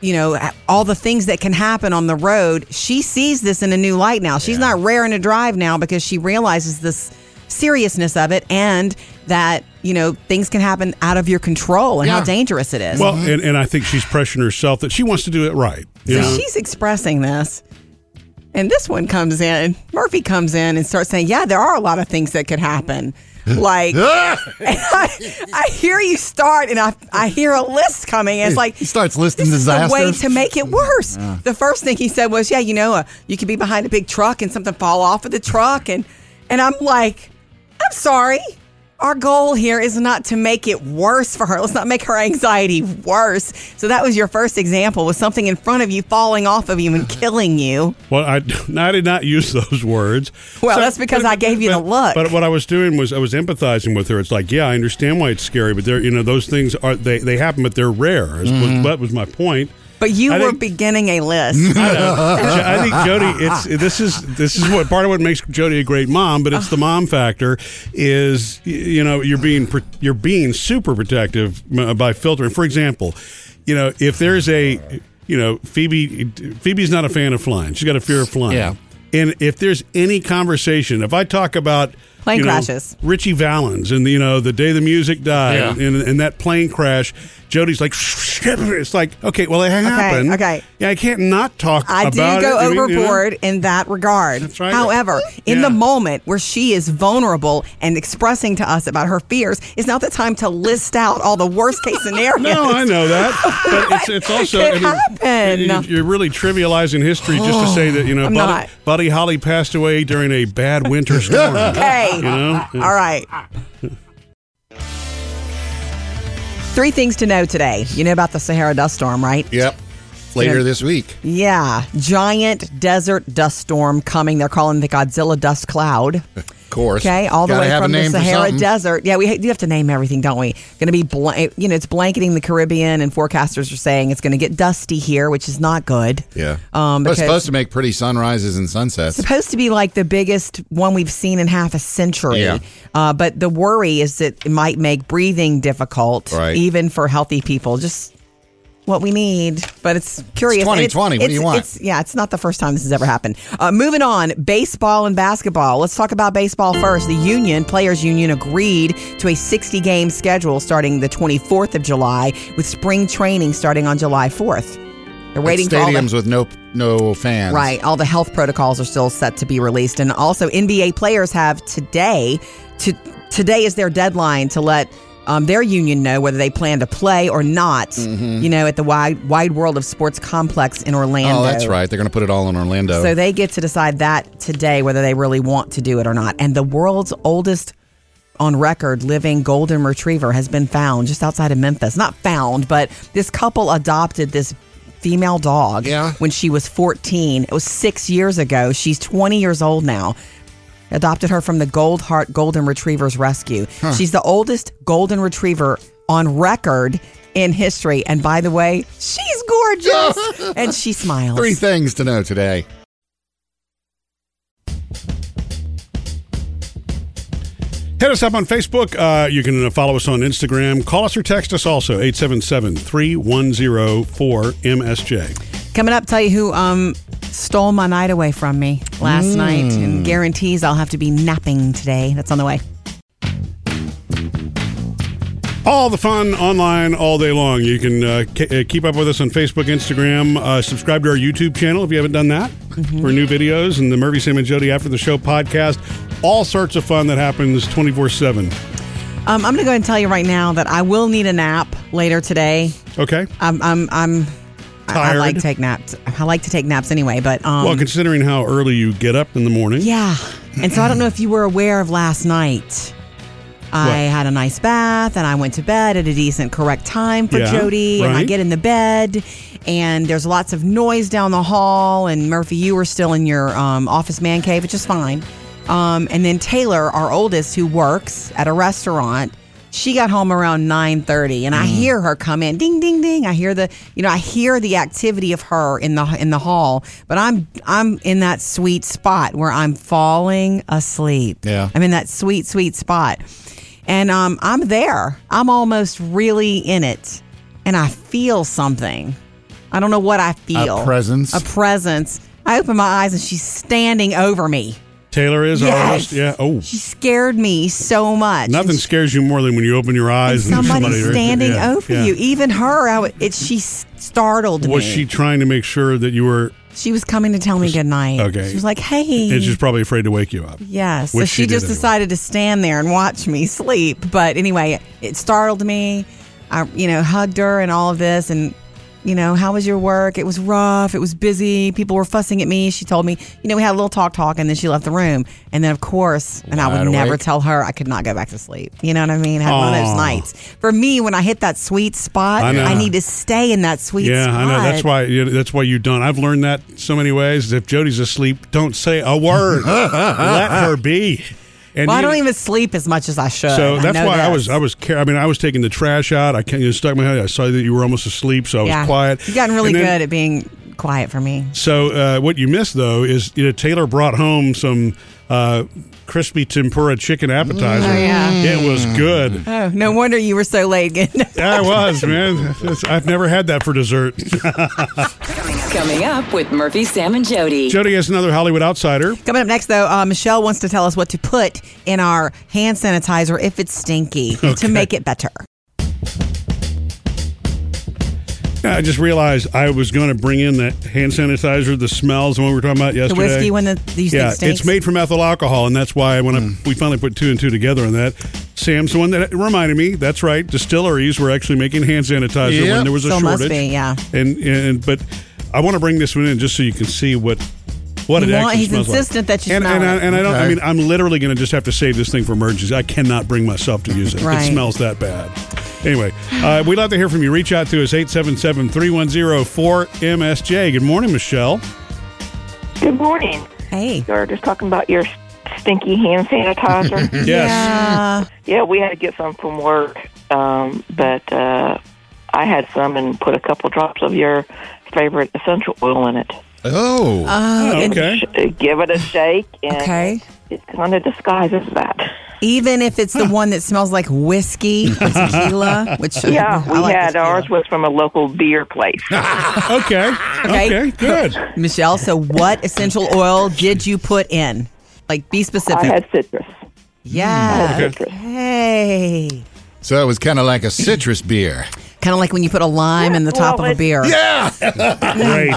[SPEAKER 1] you know all the things that can happen on the road. She sees this in a new light now. She's not raring to drive now because she realizes this seriousness of it and that you know things can happen out of your control and how
[SPEAKER 3] Yeah.
[SPEAKER 1] dangerous it is.
[SPEAKER 2] well, and, and I think she's pressuring herself that she wants to do it right. you
[SPEAKER 1] So
[SPEAKER 2] know?
[SPEAKER 1] she's expressing this. And this one comes in, Murphy comes in and starts saying, Yeah, there are a lot of things that could happen. Like, *laughs* I, I hear you start, and I I hear a list coming. And it's like
[SPEAKER 3] He starts listing
[SPEAKER 1] this is the way
[SPEAKER 3] disasters.
[SPEAKER 1] to make it worse. The first thing he said was, "Yeah, you know, uh, you could be behind a big truck and something fall off of the truck," and and I'm like, "I'm sorry." Our goal here is not to make it worse for her. Let's not make her anxiety worse. So that was your first example was something in front of you falling off of you and killing you.
[SPEAKER 2] Well, I, *laughs* no, I did not use those words.
[SPEAKER 1] Well, that's because I gave you the look.
[SPEAKER 2] But what I was doing was I was empathizing with her. It's like, yeah, I understand why it's scary, but they're you know those things are they they happen, but they're rare. Is,
[SPEAKER 1] Mm-hmm.
[SPEAKER 2] was, that was my point.
[SPEAKER 1] But you
[SPEAKER 2] I
[SPEAKER 1] were
[SPEAKER 2] think-
[SPEAKER 1] beginning a list.
[SPEAKER 2] I, know. *laughs* I think Jody, it's this is this is what part of what makes Jody a great mom, but it's the mom factor. Is y- you know you're being pr- you're being super protective uh, by filtering. For example, you know if there's a you know Phoebe Phoebe's not a fan of flying. She's got a fear of flying.
[SPEAKER 3] Yeah.
[SPEAKER 2] And if there's any conversation, if I talk about
[SPEAKER 1] Plane
[SPEAKER 2] you know,
[SPEAKER 1] crashes.
[SPEAKER 2] Richie Valens and you know the day the music died
[SPEAKER 3] Yeah.
[SPEAKER 2] and, and that plane crash, Jody's like, it's like okay, well it happened.
[SPEAKER 1] okay.
[SPEAKER 2] Yeah, I can't not talk
[SPEAKER 1] I do
[SPEAKER 2] about
[SPEAKER 1] go
[SPEAKER 2] it. I mean, you know,
[SPEAKER 1] overboard in that regard.
[SPEAKER 2] That's right.
[SPEAKER 1] However, in the
[SPEAKER 2] Yeah.
[SPEAKER 1] moment where she is vulnerable and expressing to us about her fears, is not the time to list out all the worst
[SPEAKER 2] *laughs*
[SPEAKER 1] case scenarios. *laughs*
[SPEAKER 2] no, I know that, but it's, it's also
[SPEAKER 1] It
[SPEAKER 2] I mean,
[SPEAKER 1] happened.
[SPEAKER 2] you- You're really trivializing history just to say that you
[SPEAKER 1] *gasps*
[SPEAKER 2] know
[SPEAKER 1] I'm
[SPEAKER 2] Buddy,
[SPEAKER 1] not.
[SPEAKER 2] Buddy Holly passed away during a bad
[SPEAKER 1] *laughs*
[SPEAKER 2] winter storm.
[SPEAKER 1] Okay.
[SPEAKER 2] You know?
[SPEAKER 1] All right. Three things to know today. You know about the Sahara dust storm, right?
[SPEAKER 3] Yep. Later this week.
[SPEAKER 1] Yeah, giant desert dust storm coming. They're calling the Godzilla dust cloud.
[SPEAKER 3] Of course.
[SPEAKER 1] Okay, all the
[SPEAKER 3] Gotta
[SPEAKER 1] way
[SPEAKER 3] have a
[SPEAKER 1] from the
[SPEAKER 3] name for
[SPEAKER 1] Sahara
[SPEAKER 3] something.
[SPEAKER 1] Desert. Yeah, we ha- do have to name everything, don't we? Going to be, bl- you know, it's blanketing the Caribbean, and forecasters are saying it's going to get dusty here, which is not good.
[SPEAKER 3] Yeah.
[SPEAKER 1] um,
[SPEAKER 3] But it's
[SPEAKER 1] because
[SPEAKER 3] supposed to make pretty sunrises and sunsets.
[SPEAKER 1] supposed to be like the biggest one we've seen in half a century.
[SPEAKER 3] Yeah.
[SPEAKER 1] Uh, but the worry is that it might make breathing difficult,
[SPEAKER 3] Right.
[SPEAKER 1] even for healthy people. Just what we need, but it's curious. And
[SPEAKER 3] 2020. What do you want?
[SPEAKER 1] it's- yeah, it's not the first time this has ever happened. Uh, moving on, baseball and basketball. Let's talk about baseball first. The union, Players Union, agreed to a 60 game schedule starting the 24th of July, with spring training starting on July 4th. They're waiting for all the-
[SPEAKER 3] stadiums with no no fans.
[SPEAKER 1] Right. All the health protocols are still set to be released. And also, NBA players have today to today is their deadline to let um, their union know whether they plan to play or not, you know, at the wide, wide world of sports complex in Orlando.
[SPEAKER 3] Mm-hmm. Oh, that's right. They're going to put it all in Orlando.
[SPEAKER 1] So they get to decide that today whether they really want to do it or not. And the world's oldest on record living golden retriever has been found just outside of Memphis. Not found, but this couple adopted this female dog
[SPEAKER 3] Yeah.
[SPEAKER 1] when she was 14. It was 6 years ago. She's 20 years old now. Adopted her from the Gold Heart Golden Retrievers Rescue. She's the oldest golden retriever on record in history. And by the way, she's
[SPEAKER 3] *laughs*
[SPEAKER 1] gorgeous. and she smiles.
[SPEAKER 3] Three things to know today.
[SPEAKER 2] Hit us up on Facebook. Uh, you can uh, follow us on Instagram. Call us or text us also 877-310-4MSJ.
[SPEAKER 1] Coming up, tell you who um, stole my night away from me
[SPEAKER 2] Hmm.
[SPEAKER 1] last night and guarantees I'll have to be napping today. That's on the way.
[SPEAKER 2] All the fun online all day long. You can uh, k- uh, keep up with us on Facebook, Instagram. Uh, subscribe to our YouTube channel if you haven't done that
[SPEAKER 1] Mm-hmm.
[SPEAKER 2] for new videos and the Murphy, Sam, and Jody After the Show podcast. All sorts of fun that happens 24 7.
[SPEAKER 1] Um, I'm going to go ahead and tell you right now that I will need a nap later today.
[SPEAKER 2] Okay?
[SPEAKER 1] I'm, I'm, I'm I, I
[SPEAKER 2] Tired?
[SPEAKER 1] like to take naps. I like to take naps anyway, but um,
[SPEAKER 2] well, considering how early you get up in the morning.
[SPEAKER 1] yeah. And so I don't know if you were aware of last night. I
[SPEAKER 2] What?
[SPEAKER 1] had a nice bath and I went to bed at a decent, correct time for
[SPEAKER 2] Yeah,
[SPEAKER 1] Jody. And I
[SPEAKER 2] right.
[SPEAKER 1] get in the bed and there's lots of noise down the hall. And Murphy, you were still in your um, office man cave, which is fine. Um, and then Taylor, our oldest, who works at a restaurant, she got home around 9:30 and I hear her come in ding ding ding I hear the you know I hear the activity of her in the in the hall but I'm I'm in that sweet spot where I'm falling asleep
[SPEAKER 3] Yeah.
[SPEAKER 1] I'm in that sweet, sweet spot. And um, I'm there. I'm almost really in it. And I feel something. I don't know what I feel.
[SPEAKER 3] presence?
[SPEAKER 1] A presence. I open my eyes and she's standing over me.
[SPEAKER 2] Taylor is
[SPEAKER 1] Yes.
[SPEAKER 2] our host. Yeah. Oh,
[SPEAKER 1] She scared me so much.
[SPEAKER 2] nothing
[SPEAKER 1] And she-
[SPEAKER 2] scares you more than when you open your
[SPEAKER 1] and
[SPEAKER 2] eyes and
[SPEAKER 1] somebody's
[SPEAKER 2] somebody-
[SPEAKER 1] standing
[SPEAKER 2] yeah,
[SPEAKER 1] over
[SPEAKER 2] yeah.
[SPEAKER 1] you. Even her, I w- it, she startled
[SPEAKER 2] Was
[SPEAKER 1] me.
[SPEAKER 2] she trying to make sure that you were
[SPEAKER 1] She was coming to tell me good night.
[SPEAKER 2] okay.
[SPEAKER 1] She was like, hey.
[SPEAKER 2] And she's probably afraid to wake you up.
[SPEAKER 1] Yes. So
[SPEAKER 2] Which
[SPEAKER 1] she,
[SPEAKER 2] she did
[SPEAKER 1] just
[SPEAKER 2] anyway.
[SPEAKER 1] decided to stand there and watch me sleep. But anyway, it startled me. I, you know, hugged her and all of this. And, you know, how was your work? It was rough. It was busy. People were fussing at me. She told me, you know, we had a little talk talk and then she left the room. And then, of course, and I would
[SPEAKER 3] Wide
[SPEAKER 1] never
[SPEAKER 3] awake.
[SPEAKER 1] tell her I could not go back to sleep. You know what I mean? I had one of
[SPEAKER 2] Aw.
[SPEAKER 1] those nights. For me, when I hit that sweet spot,
[SPEAKER 2] I know.
[SPEAKER 1] I, need to stay in that sweet
[SPEAKER 2] Yeah,
[SPEAKER 1] spot.
[SPEAKER 2] I know. That's why. yeah, That's why you don't. I've learned that so many ways. If Jody's asleep, don't say a word. Let her be. And
[SPEAKER 1] Well, I
[SPEAKER 2] you-
[SPEAKER 1] don't even sleep as much as I should.
[SPEAKER 2] So
[SPEAKER 1] I
[SPEAKER 2] that's
[SPEAKER 1] know
[SPEAKER 2] why I
[SPEAKER 1] this.
[SPEAKER 2] was. I was. Care- I mean, I was taking the trash out. I can't, you know, stuck my head. I saw that you were almost asleep, so I was quiet.
[SPEAKER 1] You've gotten really
[SPEAKER 2] And then-
[SPEAKER 1] good at being quiet for me.
[SPEAKER 2] So uh, what you missed though is you know Taylor brought home some uh, crispy tempura chicken appetizer.
[SPEAKER 1] Oh, yeah.
[SPEAKER 2] It was
[SPEAKER 1] *laughs*
[SPEAKER 2] good.
[SPEAKER 1] Oh, no wonder you were so late *laughs* getting up.
[SPEAKER 2] Yeah, I was man. It's- I've never had that for dessert.
[SPEAKER 4] Coming up with Murphy, Sam, and Jody.
[SPEAKER 2] Jody has another Hollywood outsider.
[SPEAKER 1] Coming up next, though, uh, Michelle wants to tell us what to put in our hand sanitizer if it's
[SPEAKER 2] *laughs*
[SPEAKER 1] stinky to make it better.
[SPEAKER 2] Yeah, I just realized I was going to bring in that hand sanitizer, the smells, the one we were talking about
[SPEAKER 1] The
[SPEAKER 2] yesterday.
[SPEAKER 1] whiskey one that you
[SPEAKER 2] yeah,
[SPEAKER 1] think stinks.
[SPEAKER 2] it's made from ethyl alcohol, and that's why when
[SPEAKER 3] Hmm.
[SPEAKER 2] I, we finally put two and two together on that, Sam's the one that reminded me. That's right, distilleries were actually making hand sanitizer when
[SPEAKER 3] Yep.
[SPEAKER 2] there was a
[SPEAKER 1] So must
[SPEAKER 2] shortage.
[SPEAKER 1] be, yeah.
[SPEAKER 2] And and but I want to bring this one in just so you can see what what
[SPEAKER 1] You
[SPEAKER 2] it
[SPEAKER 1] want-
[SPEAKER 2] actually
[SPEAKER 1] he's
[SPEAKER 2] smells
[SPEAKER 1] insistent
[SPEAKER 2] like.
[SPEAKER 1] that you
[SPEAKER 2] and,
[SPEAKER 1] smell
[SPEAKER 2] and I,
[SPEAKER 1] it.
[SPEAKER 2] and I don't. I
[SPEAKER 3] Okay.
[SPEAKER 2] mean, I'm literally going to just have to save this thing for emergencies. I cannot bring myself to use it.
[SPEAKER 1] Right.
[SPEAKER 2] It smells that bad. Anyway, uh, we'd love to hear from you. Reach out to us 877-310-4MSJ. Good morning, Michelle.
[SPEAKER 9] Good morning.
[SPEAKER 1] Hey.
[SPEAKER 9] You were just talking about your stinky hand
[SPEAKER 1] *laughs*
[SPEAKER 9] sanitizer.
[SPEAKER 2] Yes.
[SPEAKER 1] Yeah.
[SPEAKER 9] yeah, we had to get some from work, um, but uh, I had some and put a couple drops of your favorite essential oil in it.
[SPEAKER 3] Oh.
[SPEAKER 1] Uh,
[SPEAKER 2] Oh,
[SPEAKER 9] And
[SPEAKER 2] okay.
[SPEAKER 9] sh- give
[SPEAKER 1] *sighs*
[SPEAKER 9] it a shake, and
[SPEAKER 1] Okay.
[SPEAKER 9] it kind of disguises
[SPEAKER 1] *laughs*
[SPEAKER 9] that.
[SPEAKER 1] Even if it's the one that smells like whiskey or
[SPEAKER 2] *laughs*
[SPEAKER 1] tequila, which uh,
[SPEAKER 9] Yeah,
[SPEAKER 1] I
[SPEAKER 9] we
[SPEAKER 1] like
[SPEAKER 9] had
[SPEAKER 1] tequila.
[SPEAKER 9] ours was from a local beer
[SPEAKER 1] *laughs*
[SPEAKER 9] place.
[SPEAKER 2] Okay.
[SPEAKER 1] Okay.
[SPEAKER 2] Okay. Good.
[SPEAKER 1] Michelle, so what essential oil did you put in? Like, be
[SPEAKER 9] I
[SPEAKER 1] specific.
[SPEAKER 9] had citrus.
[SPEAKER 2] Oh,
[SPEAKER 1] yeah.
[SPEAKER 9] Citrus.
[SPEAKER 1] Hey.
[SPEAKER 3] so it was kind of like a citrus beer.
[SPEAKER 1] Kind of like when you put a lime in the top
[SPEAKER 9] Well,
[SPEAKER 1] of a
[SPEAKER 9] it-
[SPEAKER 1] beer.
[SPEAKER 3] Yeah.
[SPEAKER 2] Great.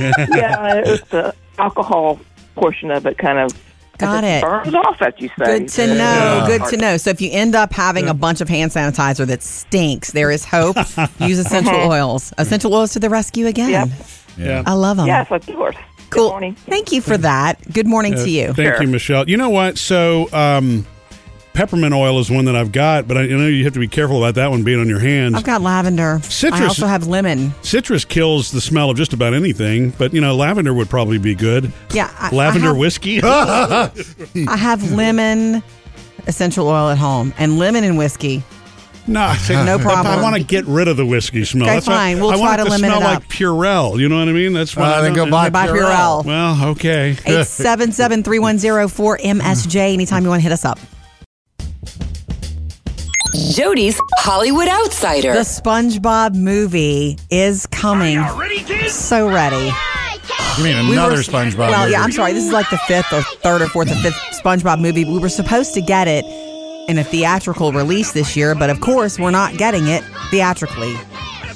[SPEAKER 9] yeah, it was the alcohol portion of it kind of
[SPEAKER 1] Got it.
[SPEAKER 9] burns off at you say.
[SPEAKER 1] Good to know. Good to know. So if you end up having a bunch of hand sanitizer that stinks, there is *laughs* hope. Use essential oils. Essential oils to the rescue again.
[SPEAKER 9] Uh-huh. Yep.
[SPEAKER 2] Yeah.
[SPEAKER 1] I love them.
[SPEAKER 9] Yes, of course.
[SPEAKER 1] cool.
[SPEAKER 9] Good morning.
[SPEAKER 1] Thank you for that. Good morning to you.
[SPEAKER 2] Thank
[SPEAKER 9] Sure.
[SPEAKER 2] you, Michelle. You know what? So, um, peppermint oil is one that I've got, but I, I know you have to be careful about that one being on your hands.
[SPEAKER 1] I've got lavender. I
[SPEAKER 2] Citrus-
[SPEAKER 1] also have lemon.
[SPEAKER 2] Citrus kills the smell of just about anything, but you know, lavender would probably be good.
[SPEAKER 1] Yeah, I- I
[SPEAKER 2] lavender
[SPEAKER 1] have-
[SPEAKER 2] whiskey. *laughs*
[SPEAKER 1] I have lemon essential oil at home and lemon and whiskey.
[SPEAKER 2] Nah, see,
[SPEAKER 1] No
[SPEAKER 2] but
[SPEAKER 1] problem.
[SPEAKER 2] I want to get rid of the whiskey smell.
[SPEAKER 1] Okay,
[SPEAKER 2] That's why
[SPEAKER 1] fine. We'll
[SPEAKER 2] I
[SPEAKER 1] try
[SPEAKER 2] want
[SPEAKER 1] to
[SPEAKER 2] it
[SPEAKER 1] limit
[SPEAKER 2] smell
[SPEAKER 1] it
[SPEAKER 2] like
[SPEAKER 1] up.
[SPEAKER 2] Purell. You know what I mean? That's why.
[SPEAKER 3] Uh,
[SPEAKER 2] I
[SPEAKER 3] then
[SPEAKER 2] don't-
[SPEAKER 3] go buy,
[SPEAKER 1] buy Purell.
[SPEAKER 2] Well, okay.
[SPEAKER 1] 877 310 4MSJ. Anytime you want to hit us up.
[SPEAKER 4] Jody's Hollywood Outsider.
[SPEAKER 1] The SpongeBob movie is coming. So ready.
[SPEAKER 3] You mean
[SPEAKER 1] We
[SPEAKER 3] another
[SPEAKER 1] were-
[SPEAKER 3] SpongeBob?
[SPEAKER 1] Well, yeah,
[SPEAKER 3] movie.
[SPEAKER 1] I'm sorry. This is like the fifth or third or fourth or fifth SpongeBob movie. We were supposed to get it in a theatrical release this year, but of course, we're not getting it theatrically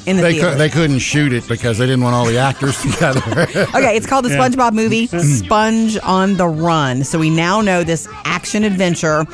[SPEAKER 1] in the
[SPEAKER 3] They,
[SPEAKER 1] theater.
[SPEAKER 3] cou- they couldn't shoot it because they didn't want all the actors *laughs* together.
[SPEAKER 1] okay, it's called the SpongeBob
[SPEAKER 2] *laughs*
[SPEAKER 1] movie
[SPEAKER 2] Mm.
[SPEAKER 1] Sponge on the Run. So we now know this action adventure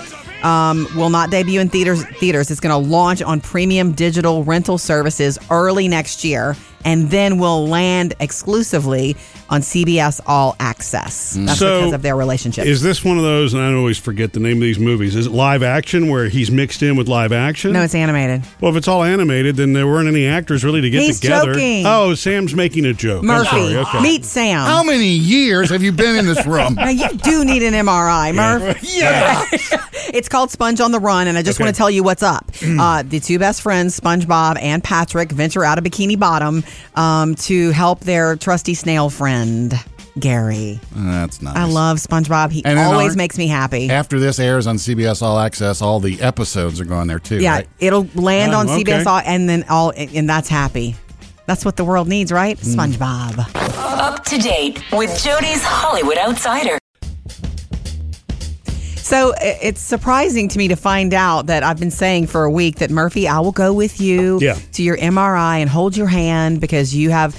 [SPEAKER 1] um, will not debut in theaters. Theaters. It's going to launch on premium digital rental services early next year, and then will land exclusively on CBS All Access. That's
[SPEAKER 2] So,
[SPEAKER 1] because of their relationship.
[SPEAKER 2] Is this one of those? And I always forget the name of these movies. Is it live action where he's mixed in with live action?
[SPEAKER 1] no, it's animated.
[SPEAKER 2] well, if it's all animated, then there weren't any actors really to get
[SPEAKER 1] He's
[SPEAKER 2] together.
[SPEAKER 1] joking.
[SPEAKER 2] Oh, Sam's making a joke. I'm
[SPEAKER 1] Murphy,
[SPEAKER 2] sorry, okay.
[SPEAKER 1] meet Sam.
[SPEAKER 3] How many years have you been in
[SPEAKER 1] *laughs*
[SPEAKER 3] this room? Uh,
[SPEAKER 1] now
[SPEAKER 3] *laughs*
[SPEAKER 1] you do need an MRI, Murph.
[SPEAKER 3] yeah.
[SPEAKER 1] *laughs* It's called Sponge on the Run, and I just
[SPEAKER 2] Okay.
[SPEAKER 1] want to tell you what's up.
[SPEAKER 3] Mm.
[SPEAKER 1] Uh, the two best friends, SpongeBob and Patrick, venture out of Bikini Bottom um, to help their trusty snail friend Gary.
[SPEAKER 3] That's nice.
[SPEAKER 1] I love SpongeBob; he
[SPEAKER 3] And then
[SPEAKER 1] always
[SPEAKER 3] aren't-
[SPEAKER 1] makes me happy.
[SPEAKER 3] After this airs on CBS All Access, all the episodes are going there too.
[SPEAKER 1] yeah,
[SPEAKER 3] right?
[SPEAKER 1] it'll land
[SPEAKER 2] Oh,
[SPEAKER 1] on
[SPEAKER 2] okay.
[SPEAKER 1] CBS, all, and then all, and that's happy. That's what the world needs, right?
[SPEAKER 3] Mm.
[SPEAKER 1] SpongeBob.
[SPEAKER 4] Up to date with Jody's Hollywood Outsider.
[SPEAKER 1] So i- it's surprising to me to find out that I've been saying for a week that Murphy, I will go with you
[SPEAKER 2] Yeah.
[SPEAKER 1] to your MRI and hold your hand because you have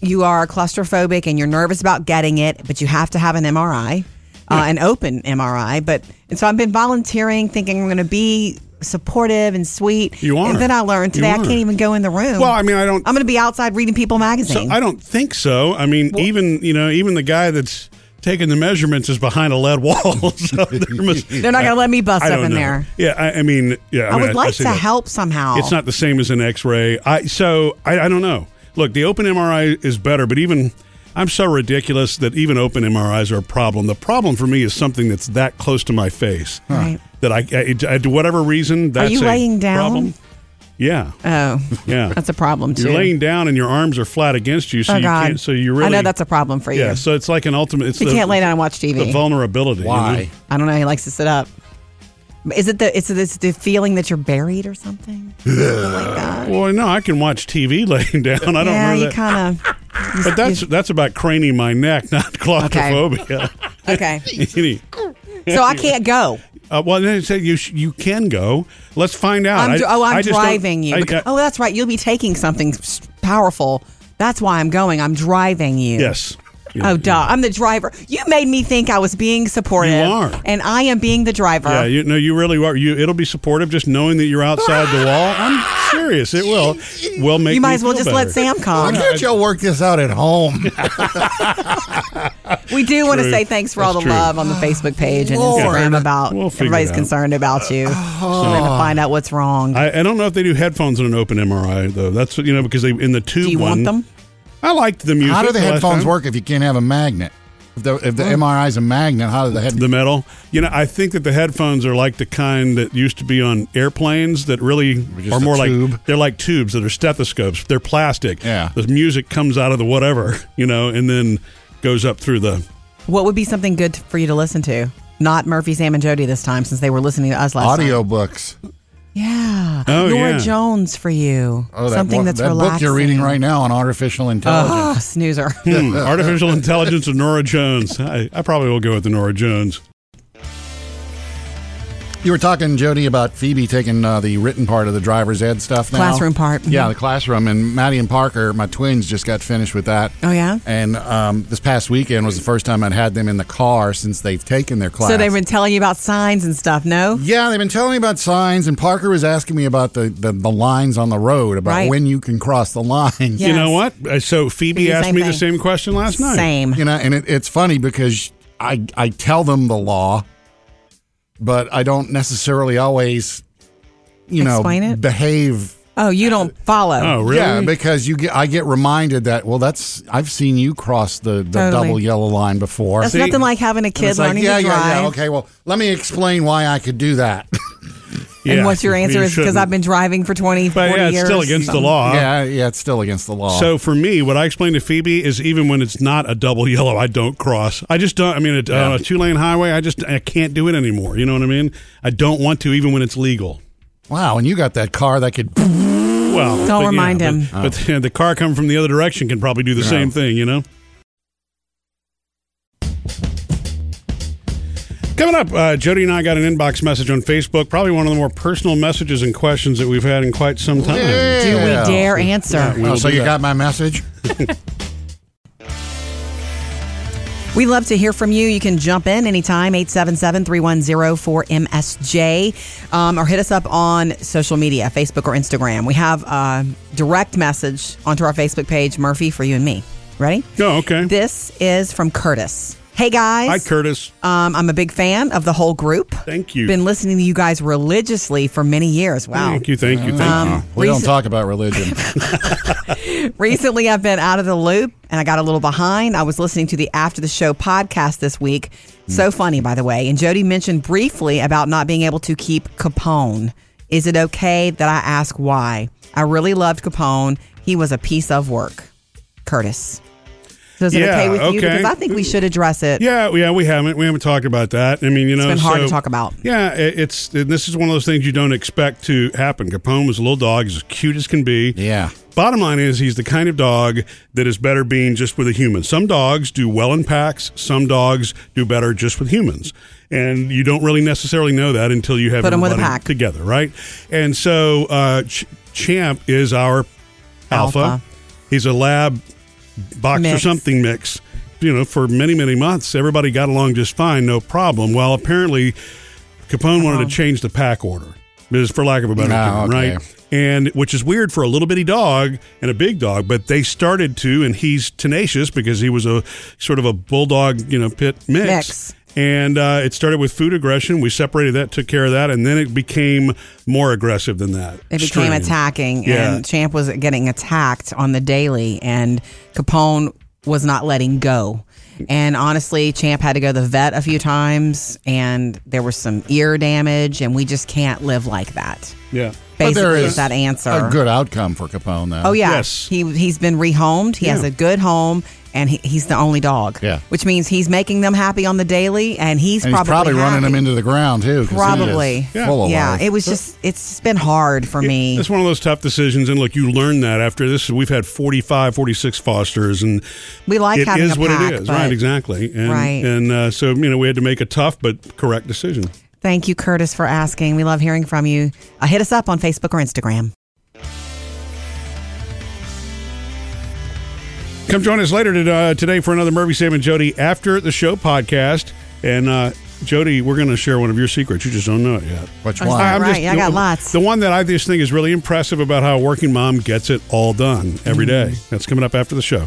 [SPEAKER 1] you are claustrophobic and you're nervous about getting it, but you have to have an MRI, uh, an open MRI. But and so I've been volunteering, thinking I'm going to be supportive and sweet.
[SPEAKER 2] You are.
[SPEAKER 1] And then I learned
[SPEAKER 2] You
[SPEAKER 1] today I
[SPEAKER 2] are.
[SPEAKER 1] can't even go in the room.
[SPEAKER 2] Well, I mean, I don't-
[SPEAKER 1] I'm going to be outside reading People
[SPEAKER 2] So
[SPEAKER 1] magazine.
[SPEAKER 2] I don't think so. I mean, even you know, even the guy that's taking the measurements is behind a lead wall. *laughs* so there must,
[SPEAKER 1] They're not going to let me bust
[SPEAKER 2] I
[SPEAKER 1] up
[SPEAKER 2] don't
[SPEAKER 1] in
[SPEAKER 2] know.
[SPEAKER 1] there.
[SPEAKER 2] Yeah, I, I mean, yeah.
[SPEAKER 1] I,
[SPEAKER 2] mean,
[SPEAKER 1] would like
[SPEAKER 2] see
[SPEAKER 1] to
[SPEAKER 2] that.
[SPEAKER 1] help somehow.
[SPEAKER 2] It's not the same as an X-ray. I so I, I don't know. Look, the open MRI is better, but even I'm so ridiculous that even open MRIs are a problem. The problem for me is something that's that close to my face
[SPEAKER 1] Right.
[SPEAKER 2] that I, I, I- to whatever reason that's
[SPEAKER 1] you
[SPEAKER 2] a
[SPEAKER 1] laying down?
[SPEAKER 2] Problem. Yeah,
[SPEAKER 1] Oh,
[SPEAKER 2] yeah,
[SPEAKER 1] that's a problem too.
[SPEAKER 2] *laughs* You're laying down and your arms are flat against you, so
[SPEAKER 1] oh
[SPEAKER 2] you
[SPEAKER 1] God.
[SPEAKER 2] can't. So you really
[SPEAKER 1] I know that's a problem for you.
[SPEAKER 2] yeah. So it's like an ultimate. It's
[SPEAKER 1] He
[SPEAKER 2] the,
[SPEAKER 1] can't lay down and watch TV.
[SPEAKER 2] The vulnerability. you know?
[SPEAKER 3] Why?
[SPEAKER 1] I don't know. He likes to sit up. Is it the it's this the feeling that you're buried or
[SPEAKER 2] *sighs*
[SPEAKER 1] something? Something like that.
[SPEAKER 2] Well, no, I can watch TV *laughs* laying down. I don't
[SPEAKER 1] yeah,
[SPEAKER 2] know
[SPEAKER 1] you
[SPEAKER 2] that.
[SPEAKER 1] kind of.
[SPEAKER 2] *laughs* But that's that's about craning my neck, *laughs*
[SPEAKER 1] *laughs*
[SPEAKER 2] not claustrophobia. *laughs*
[SPEAKER 1] Okay,
[SPEAKER 2] Any-
[SPEAKER 1] so I can't go.
[SPEAKER 2] uh, well, then it said you sh- you can go. Let's find out.
[SPEAKER 1] I'm,
[SPEAKER 2] I-
[SPEAKER 1] dr- oh, I'm
[SPEAKER 2] I just don't-
[SPEAKER 1] driving you.
[SPEAKER 2] I-
[SPEAKER 1] Beca-
[SPEAKER 2] I-
[SPEAKER 1] oh, that's right. You'll be taking something s- powerful. That's why I'm going. I'm driving you.
[SPEAKER 2] yes. Yeah,
[SPEAKER 1] Oh, duh. I'm the driver. You made me think I was being supportive.
[SPEAKER 2] You are.
[SPEAKER 1] And I am being the driver.
[SPEAKER 2] Yeah, you no, you really are. You, it'll be supportive just knowing that you're outside the wall. I'm serious. It will. Will make
[SPEAKER 1] you might
[SPEAKER 2] me
[SPEAKER 1] as well
[SPEAKER 2] feel
[SPEAKER 1] just let
[SPEAKER 2] better. *laughs*
[SPEAKER 1] Sam
[SPEAKER 3] Why
[SPEAKER 1] come.
[SPEAKER 3] can't y'all work this out at home?
[SPEAKER 1] We do want to
[SPEAKER 2] True.
[SPEAKER 1] say thanks for all the
[SPEAKER 2] That's true.
[SPEAKER 1] love on the Facebook page and
[SPEAKER 3] Lord.
[SPEAKER 1] Instagram about
[SPEAKER 2] We'll figure it
[SPEAKER 1] everybody's
[SPEAKER 2] out.
[SPEAKER 1] concerned about
[SPEAKER 2] *sighs*
[SPEAKER 1] you. Trying to find out what's wrong.
[SPEAKER 2] I, I don't know if they do headphones in an open MRI though. That's what you know because they in the tube.
[SPEAKER 1] do you
[SPEAKER 2] one,
[SPEAKER 1] want them?
[SPEAKER 2] I liked the music.
[SPEAKER 3] How do the
[SPEAKER 2] last
[SPEAKER 3] headphones
[SPEAKER 2] time.
[SPEAKER 3] work if you can't have a magnet? If the, if the MRI is a magnet, how do the head?
[SPEAKER 2] The metal. You know, I think that the headphones are like the kind that used to be on airplanes that really
[SPEAKER 3] Just
[SPEAKER 2] are
[SPEAKER 3] a
[SPEAKER 2] more
[SPEAKER 3] tube.
[SPEAKER 2] like they're like tubes that are stethoscopes. They're plastic.
[SPEAKER 3] Yeah.
[SPEAKER 2] The music comes out of the whatever, *laughs* you know, and then goes up through the
[SPEAKER 1] What would be something good t- for you to listen to? Not Murphy, Sam, and Jody this time, since they were listening to us last time.
[SPEAKER 3] Audiobooks.
[SPEAKER 1] Yeah.
[SPEAKER 2] Oh,
[SPEAKER 1] Nora
[SPEAKER 2] yeah.
[SPEAKER 1] Jones for you.
[SPEAKER 3] Oh, that
[SPEAKER 1] something
[SPEAKER 3] one-
[SPEAKER 1] that's
[SPEAKER 3] that
[SPEAKER 1] relaxing.
[SPEAKER 3] book you're reading right now on artificial
[SPEAKER 1] Oh,
[SPEAKER 3] intelligence.
[SPEAKER 1] snoozer.
[SPEAKER 2] *laughs* Hmm,
[SPEAKER 3] *laughs*
[SPEAKER 2] artificial intelligence of Nora Jones. I, I probably will go with the Nora Jones.
[SPEAKER 3] You were talking, Jody, about Phoebe taking uh, the written part of the driver's ed stuff. Now.
[SPEAKER 1] Classroom part. mm-hmm.
[SPEAKER 3] Yeah, the classroom. And Maddie and Parker, my twins, just got finished with that.
[SPEAKER 1] Oh, yeah?
[SPEAKER 3] And um, this past weekend was the first time I'd had them in the car since they've taken their class.
[SPEAKER 1] So they've been telling you about signs and stuff, no?
[SPEAKER 3] Yeah, they've been telling me about signs, and Parker was asking me about the, the, the lines on the road, about
[SPEAKER 1] Right.
[SPEAKER 3] when you can cross the line.
[SPEAKER 1] Yeah.
[SPEAKER 2] You know
[SPEAKER 1] Yes.
[SPEAKER 2] what? Uh, So Phoebe
[SPEAKER 1] Phoebe,
[SPEAKER 2] asked
[SPEAKER 1] same
[SPEAKER 2] me the
[SPEAKER 1] thing.
[SPEAKER 2] same question last night.
[SPEAKER 1] Same.
[SPEAKER 3] *laughs* You know, and it, it's funny because I I tell them the law, but I don't necessarily always, you know,
[SPEAKER 1] Explain it?
[SPEAKER 3] behave.
[SPEAKER 1] Oh, you don't follow.
[SPEAKER 2] Oh, really?
[SPEAKER 3] Yeah, because you get I get reminded that well, that's I've seen you cross the, the
[SPEAKER 1] Totally.
[SPEAKER 3] double yellow line before.
[SPEAKER 1] That's
[SPEAKER 2] See-
[SPEAKER 1] nothing like having a
[SPEAKER 3] And
[SPEAKER 1] kid
[SPEAKER 3] it's like,
[SPEAKER 1] learning
[SPEAKER 3] yeah,
[SPEAKER 1] to
[SPEAKER 3] yeah,
[SPEAKER 1] drive.
[SPEAKER 3] yeah. Okay, well, let me explain why I could do that. *laughs*
[SPEAKER 1] And
[SPEAKER 2] Yeah,
[SPEAKER 1] what's your answer?
[SPEAKER 2] you
[SPEAKER 1] Is because
[SPEAKER 2] shouldn't.
[SPEAKER 1] I've been driving for 20,
[SPEAKER 2] But
[SPEAKER 1] 40
[SPEAKER 2] yeah, it's
[SPEAKER 1] years.
[SPEAKER 2] still against the law.
[SPEAKER 3] yeah, yeah, it's still against the law.
[SPEAKER 2] Uh-huh. So for me, what I explained to Phoebe is even when it's not a double *laughs* yellow, I don't cross. I just don't. I mean, it- on a two lane highway, I just I can't do it anymore. You know what I mean? I don't want to, even when it's legal.
[SPEAKER 3] wow, and you got that car that could
[SPEAKER 2] Well,
[SPEAKER 1] Don't
[SPEAKER 2] but
[SPEAKER 1] remind
[SPEAKER 2] yeah,
[SPEAKER 1] him.
[SPEAKER 2] But, but *laughs* the, the car coming from the other direction can probably do the same thing. You know. Coming up, uh, Jody and I got an inbox message on Facebook. Probably one of the more personal messages and questions that we've had in quite some time.
[SPEAKER 1] Do we
[SPEAKER 3] Yeah.
[SPEAKER 1] dare answer?
[SPEAKER 2] We
[SPEAKER 3] Oh,
[SPEAKER 2] will
[SPEAKER 3] so
[SPEAKER 2] do
[SPEAKER 3] you
[SPEAKER 2] that.
[SPEAKER 3] got my message?
[SPEAKER 1] We love to hear from you. You can jump in anytime, 877-310-4MSJ, um, or hit us up on social media, Facebook or Instagram. We have a direct message onto our Facebook page, Murphy, for you and me. Ready?
[SPEAKER 2] Oh, okay.
[SPEAKER 1] This is from Curtis. Hey, guys.
[SPEAKER 2] Hi, Curtis.
[SPEAKER 1] Um, I'm a big fan of the whole group.
[SPEAKER 2] Thank you.
[SPEAKER 1] Been listening to you guys religiously for many years. Wow. Um,
[SPEAKER 2] Thank you. Thank you. Thank you.
[SPEAKER 3] We don't
[SPEAKER 1] Recent-
[SPEAKER 3] talk about religion.
[SPEAKER 1] *laughs* Recently, I've been out of the loop and I got a little behind. I was listening to the After the Show podcast this week.
[SPEAKER 2] Mm.
[SPEAKER 1] So funny, by the way. And Jody mentioned briefly about not being able to keep Capone. Is it okay that I ask why? I really loved Capone. He was a piece of work. Curtis. So is it
[SPEAKER 2] Yeah,
[SPEAKER 1] okay with you?
[SPEAKER 2] okay.
[SPEAKER 1] Because I think we should address it.
[SPEAKER 2] Yeah, yeah, we haven't. We haven't talked about that. I mean, you know,
[SPEAKER 1] been hard to
[SPEAKER 2] so-
[SPEAKER 1] talk about.
[SPEAKER 2] Yeah, it- it's and this is one of those things you don't expect to happen. Capone was a little dog. He's as cute as can be.
[SPEAKER 3] Yeah.
[SPEAKER 2] Bottom line is, he's the kind of dog that is better being just with a human. Some dogs do well in packs. Some dogs do better just with humans. And you don't really necessarily know that until you have
[SPEAKER 1] Put 'em with a
[SPEAKER 2] everybody
[SPEAKER 1] pack.
[SPEAKER 2] together, right? And so uh, Ch- Champ is our alpha.
[SPEAKER 1] Alpha.
[SPEAKER 2] He's a lab box or
[SPEAKER 1] Mix.
[SPEAKER 2] something mix. You know, for many many months, everybody got along just fine, no problem. Well, apparently, Capone wanted
[SPEAKER 1] Uh-huh.
[SPEAKER 2] to change the pack order, is for lack of a better
[SPEAKER 3] Ah,
[SPEAKER 2] term,
[SPEAKER 3] okay.
[SPEAKER 2] right? And which is weird for a little bitty dog and a big dog, but they started to, and he's tenacious because he was a sort of a bulldog, you know, pit mix.
[SPEAKER 1] Mix.
[SPEAKER 2] And uh, it started with food aggression. We separated that, took care of that, and then it became more aggressive than that.
[SPEAKER 1] It became
[SPEAKER 2] strain.
[SPEAKER 1] attacking,
[SPEAKER 2] Yeah.
[SPEAKER 1] and Champ was getting attacked on the daily, and Capone was not letting go. And honestly, Champ had to go to the vet a few times, and there was some ear damage, and we just can't live like that.
[SPEAKER 2] Yeah.
[SPEAKER 3] But
[SPEAKER 1] Basically,
[SPEAKER 3] there
[SPEAKER 1] is,
[SPEAKER 3] is
[SPEAKER 1] that answer.
[SPEAKER 3] A good outcome for Capone, though.
[SPEAKER 1] oh yeah,
[SPEAKER 2] Yes.
[SPEAKER 1] he he's been rehomed. He has
[SPEAKER 2] Yeah.
[SPEAKER 1] a good home, and he, he's the only dog.
[SPEAKER 3] Yeah.
[SPEAKER 1] which means he's making them happy on the daily, and he's
[SPEAKER 3] And he's
[SPEAKER 1] probably
[SPEAKER 3] probably running
[SPEAKER 1] happy.
[SPEAKER 3] them into the ground, too. 'cause he is
[SPEAKER 1] Probably.
[SPEAKER 2] Yeah.
[SPEAKER 3] Full of
[SPEAKER 1] Yeah,
[SPEAKER 3] life.
[SPEAKER 1] it was just it's just been hard for me.
[SPEAKER 2] It's one of those tough decisions. And look, you learn that after this. We've had 45, 46 fosters, and
[SPEAKER 1] We like
[SPEAKER 2] it
[SPEAKER 1] having
[SPEAKER 2] is
[SPEAKER 1] a
[SPEAKER 2] what
[SPEAKER 1] pack,
[SPEAKER 2] it is.
[SPEAKER 1] but-
[SPEAKER 2] Right, exactly. And,
[SPEAKER 1] Right.
[SPEAKER 2] And uh, so, you know, we had to make a tough but correct decision.
[SPEAKER 1] Thank you, Curtis, for asking. We love hearing from you. Uh, hit us up on Facebook or Instagram.
[SPEAKER 2] Come join us later to, uh, today for another Murphy, Sam, and Jody After the Show podcast. And, uh, Jody, we're going to share one of your secrets. You just don't know it yet.
[SPEAKER 3] Which
[SPEAKER 1] I'm
[SPEAKER 3] one?
[SPEAKER 1] sorry.
[SPEAKER 2] I'm
[SPEAKER 1] Right, I got lots.
[SPEAKER 2] The one that I
[SPEAKER 1] Mm-hmm.
[SPEAKER 2] just think is really impressive about how a working mom gets it all done every day. That's coming up after the show.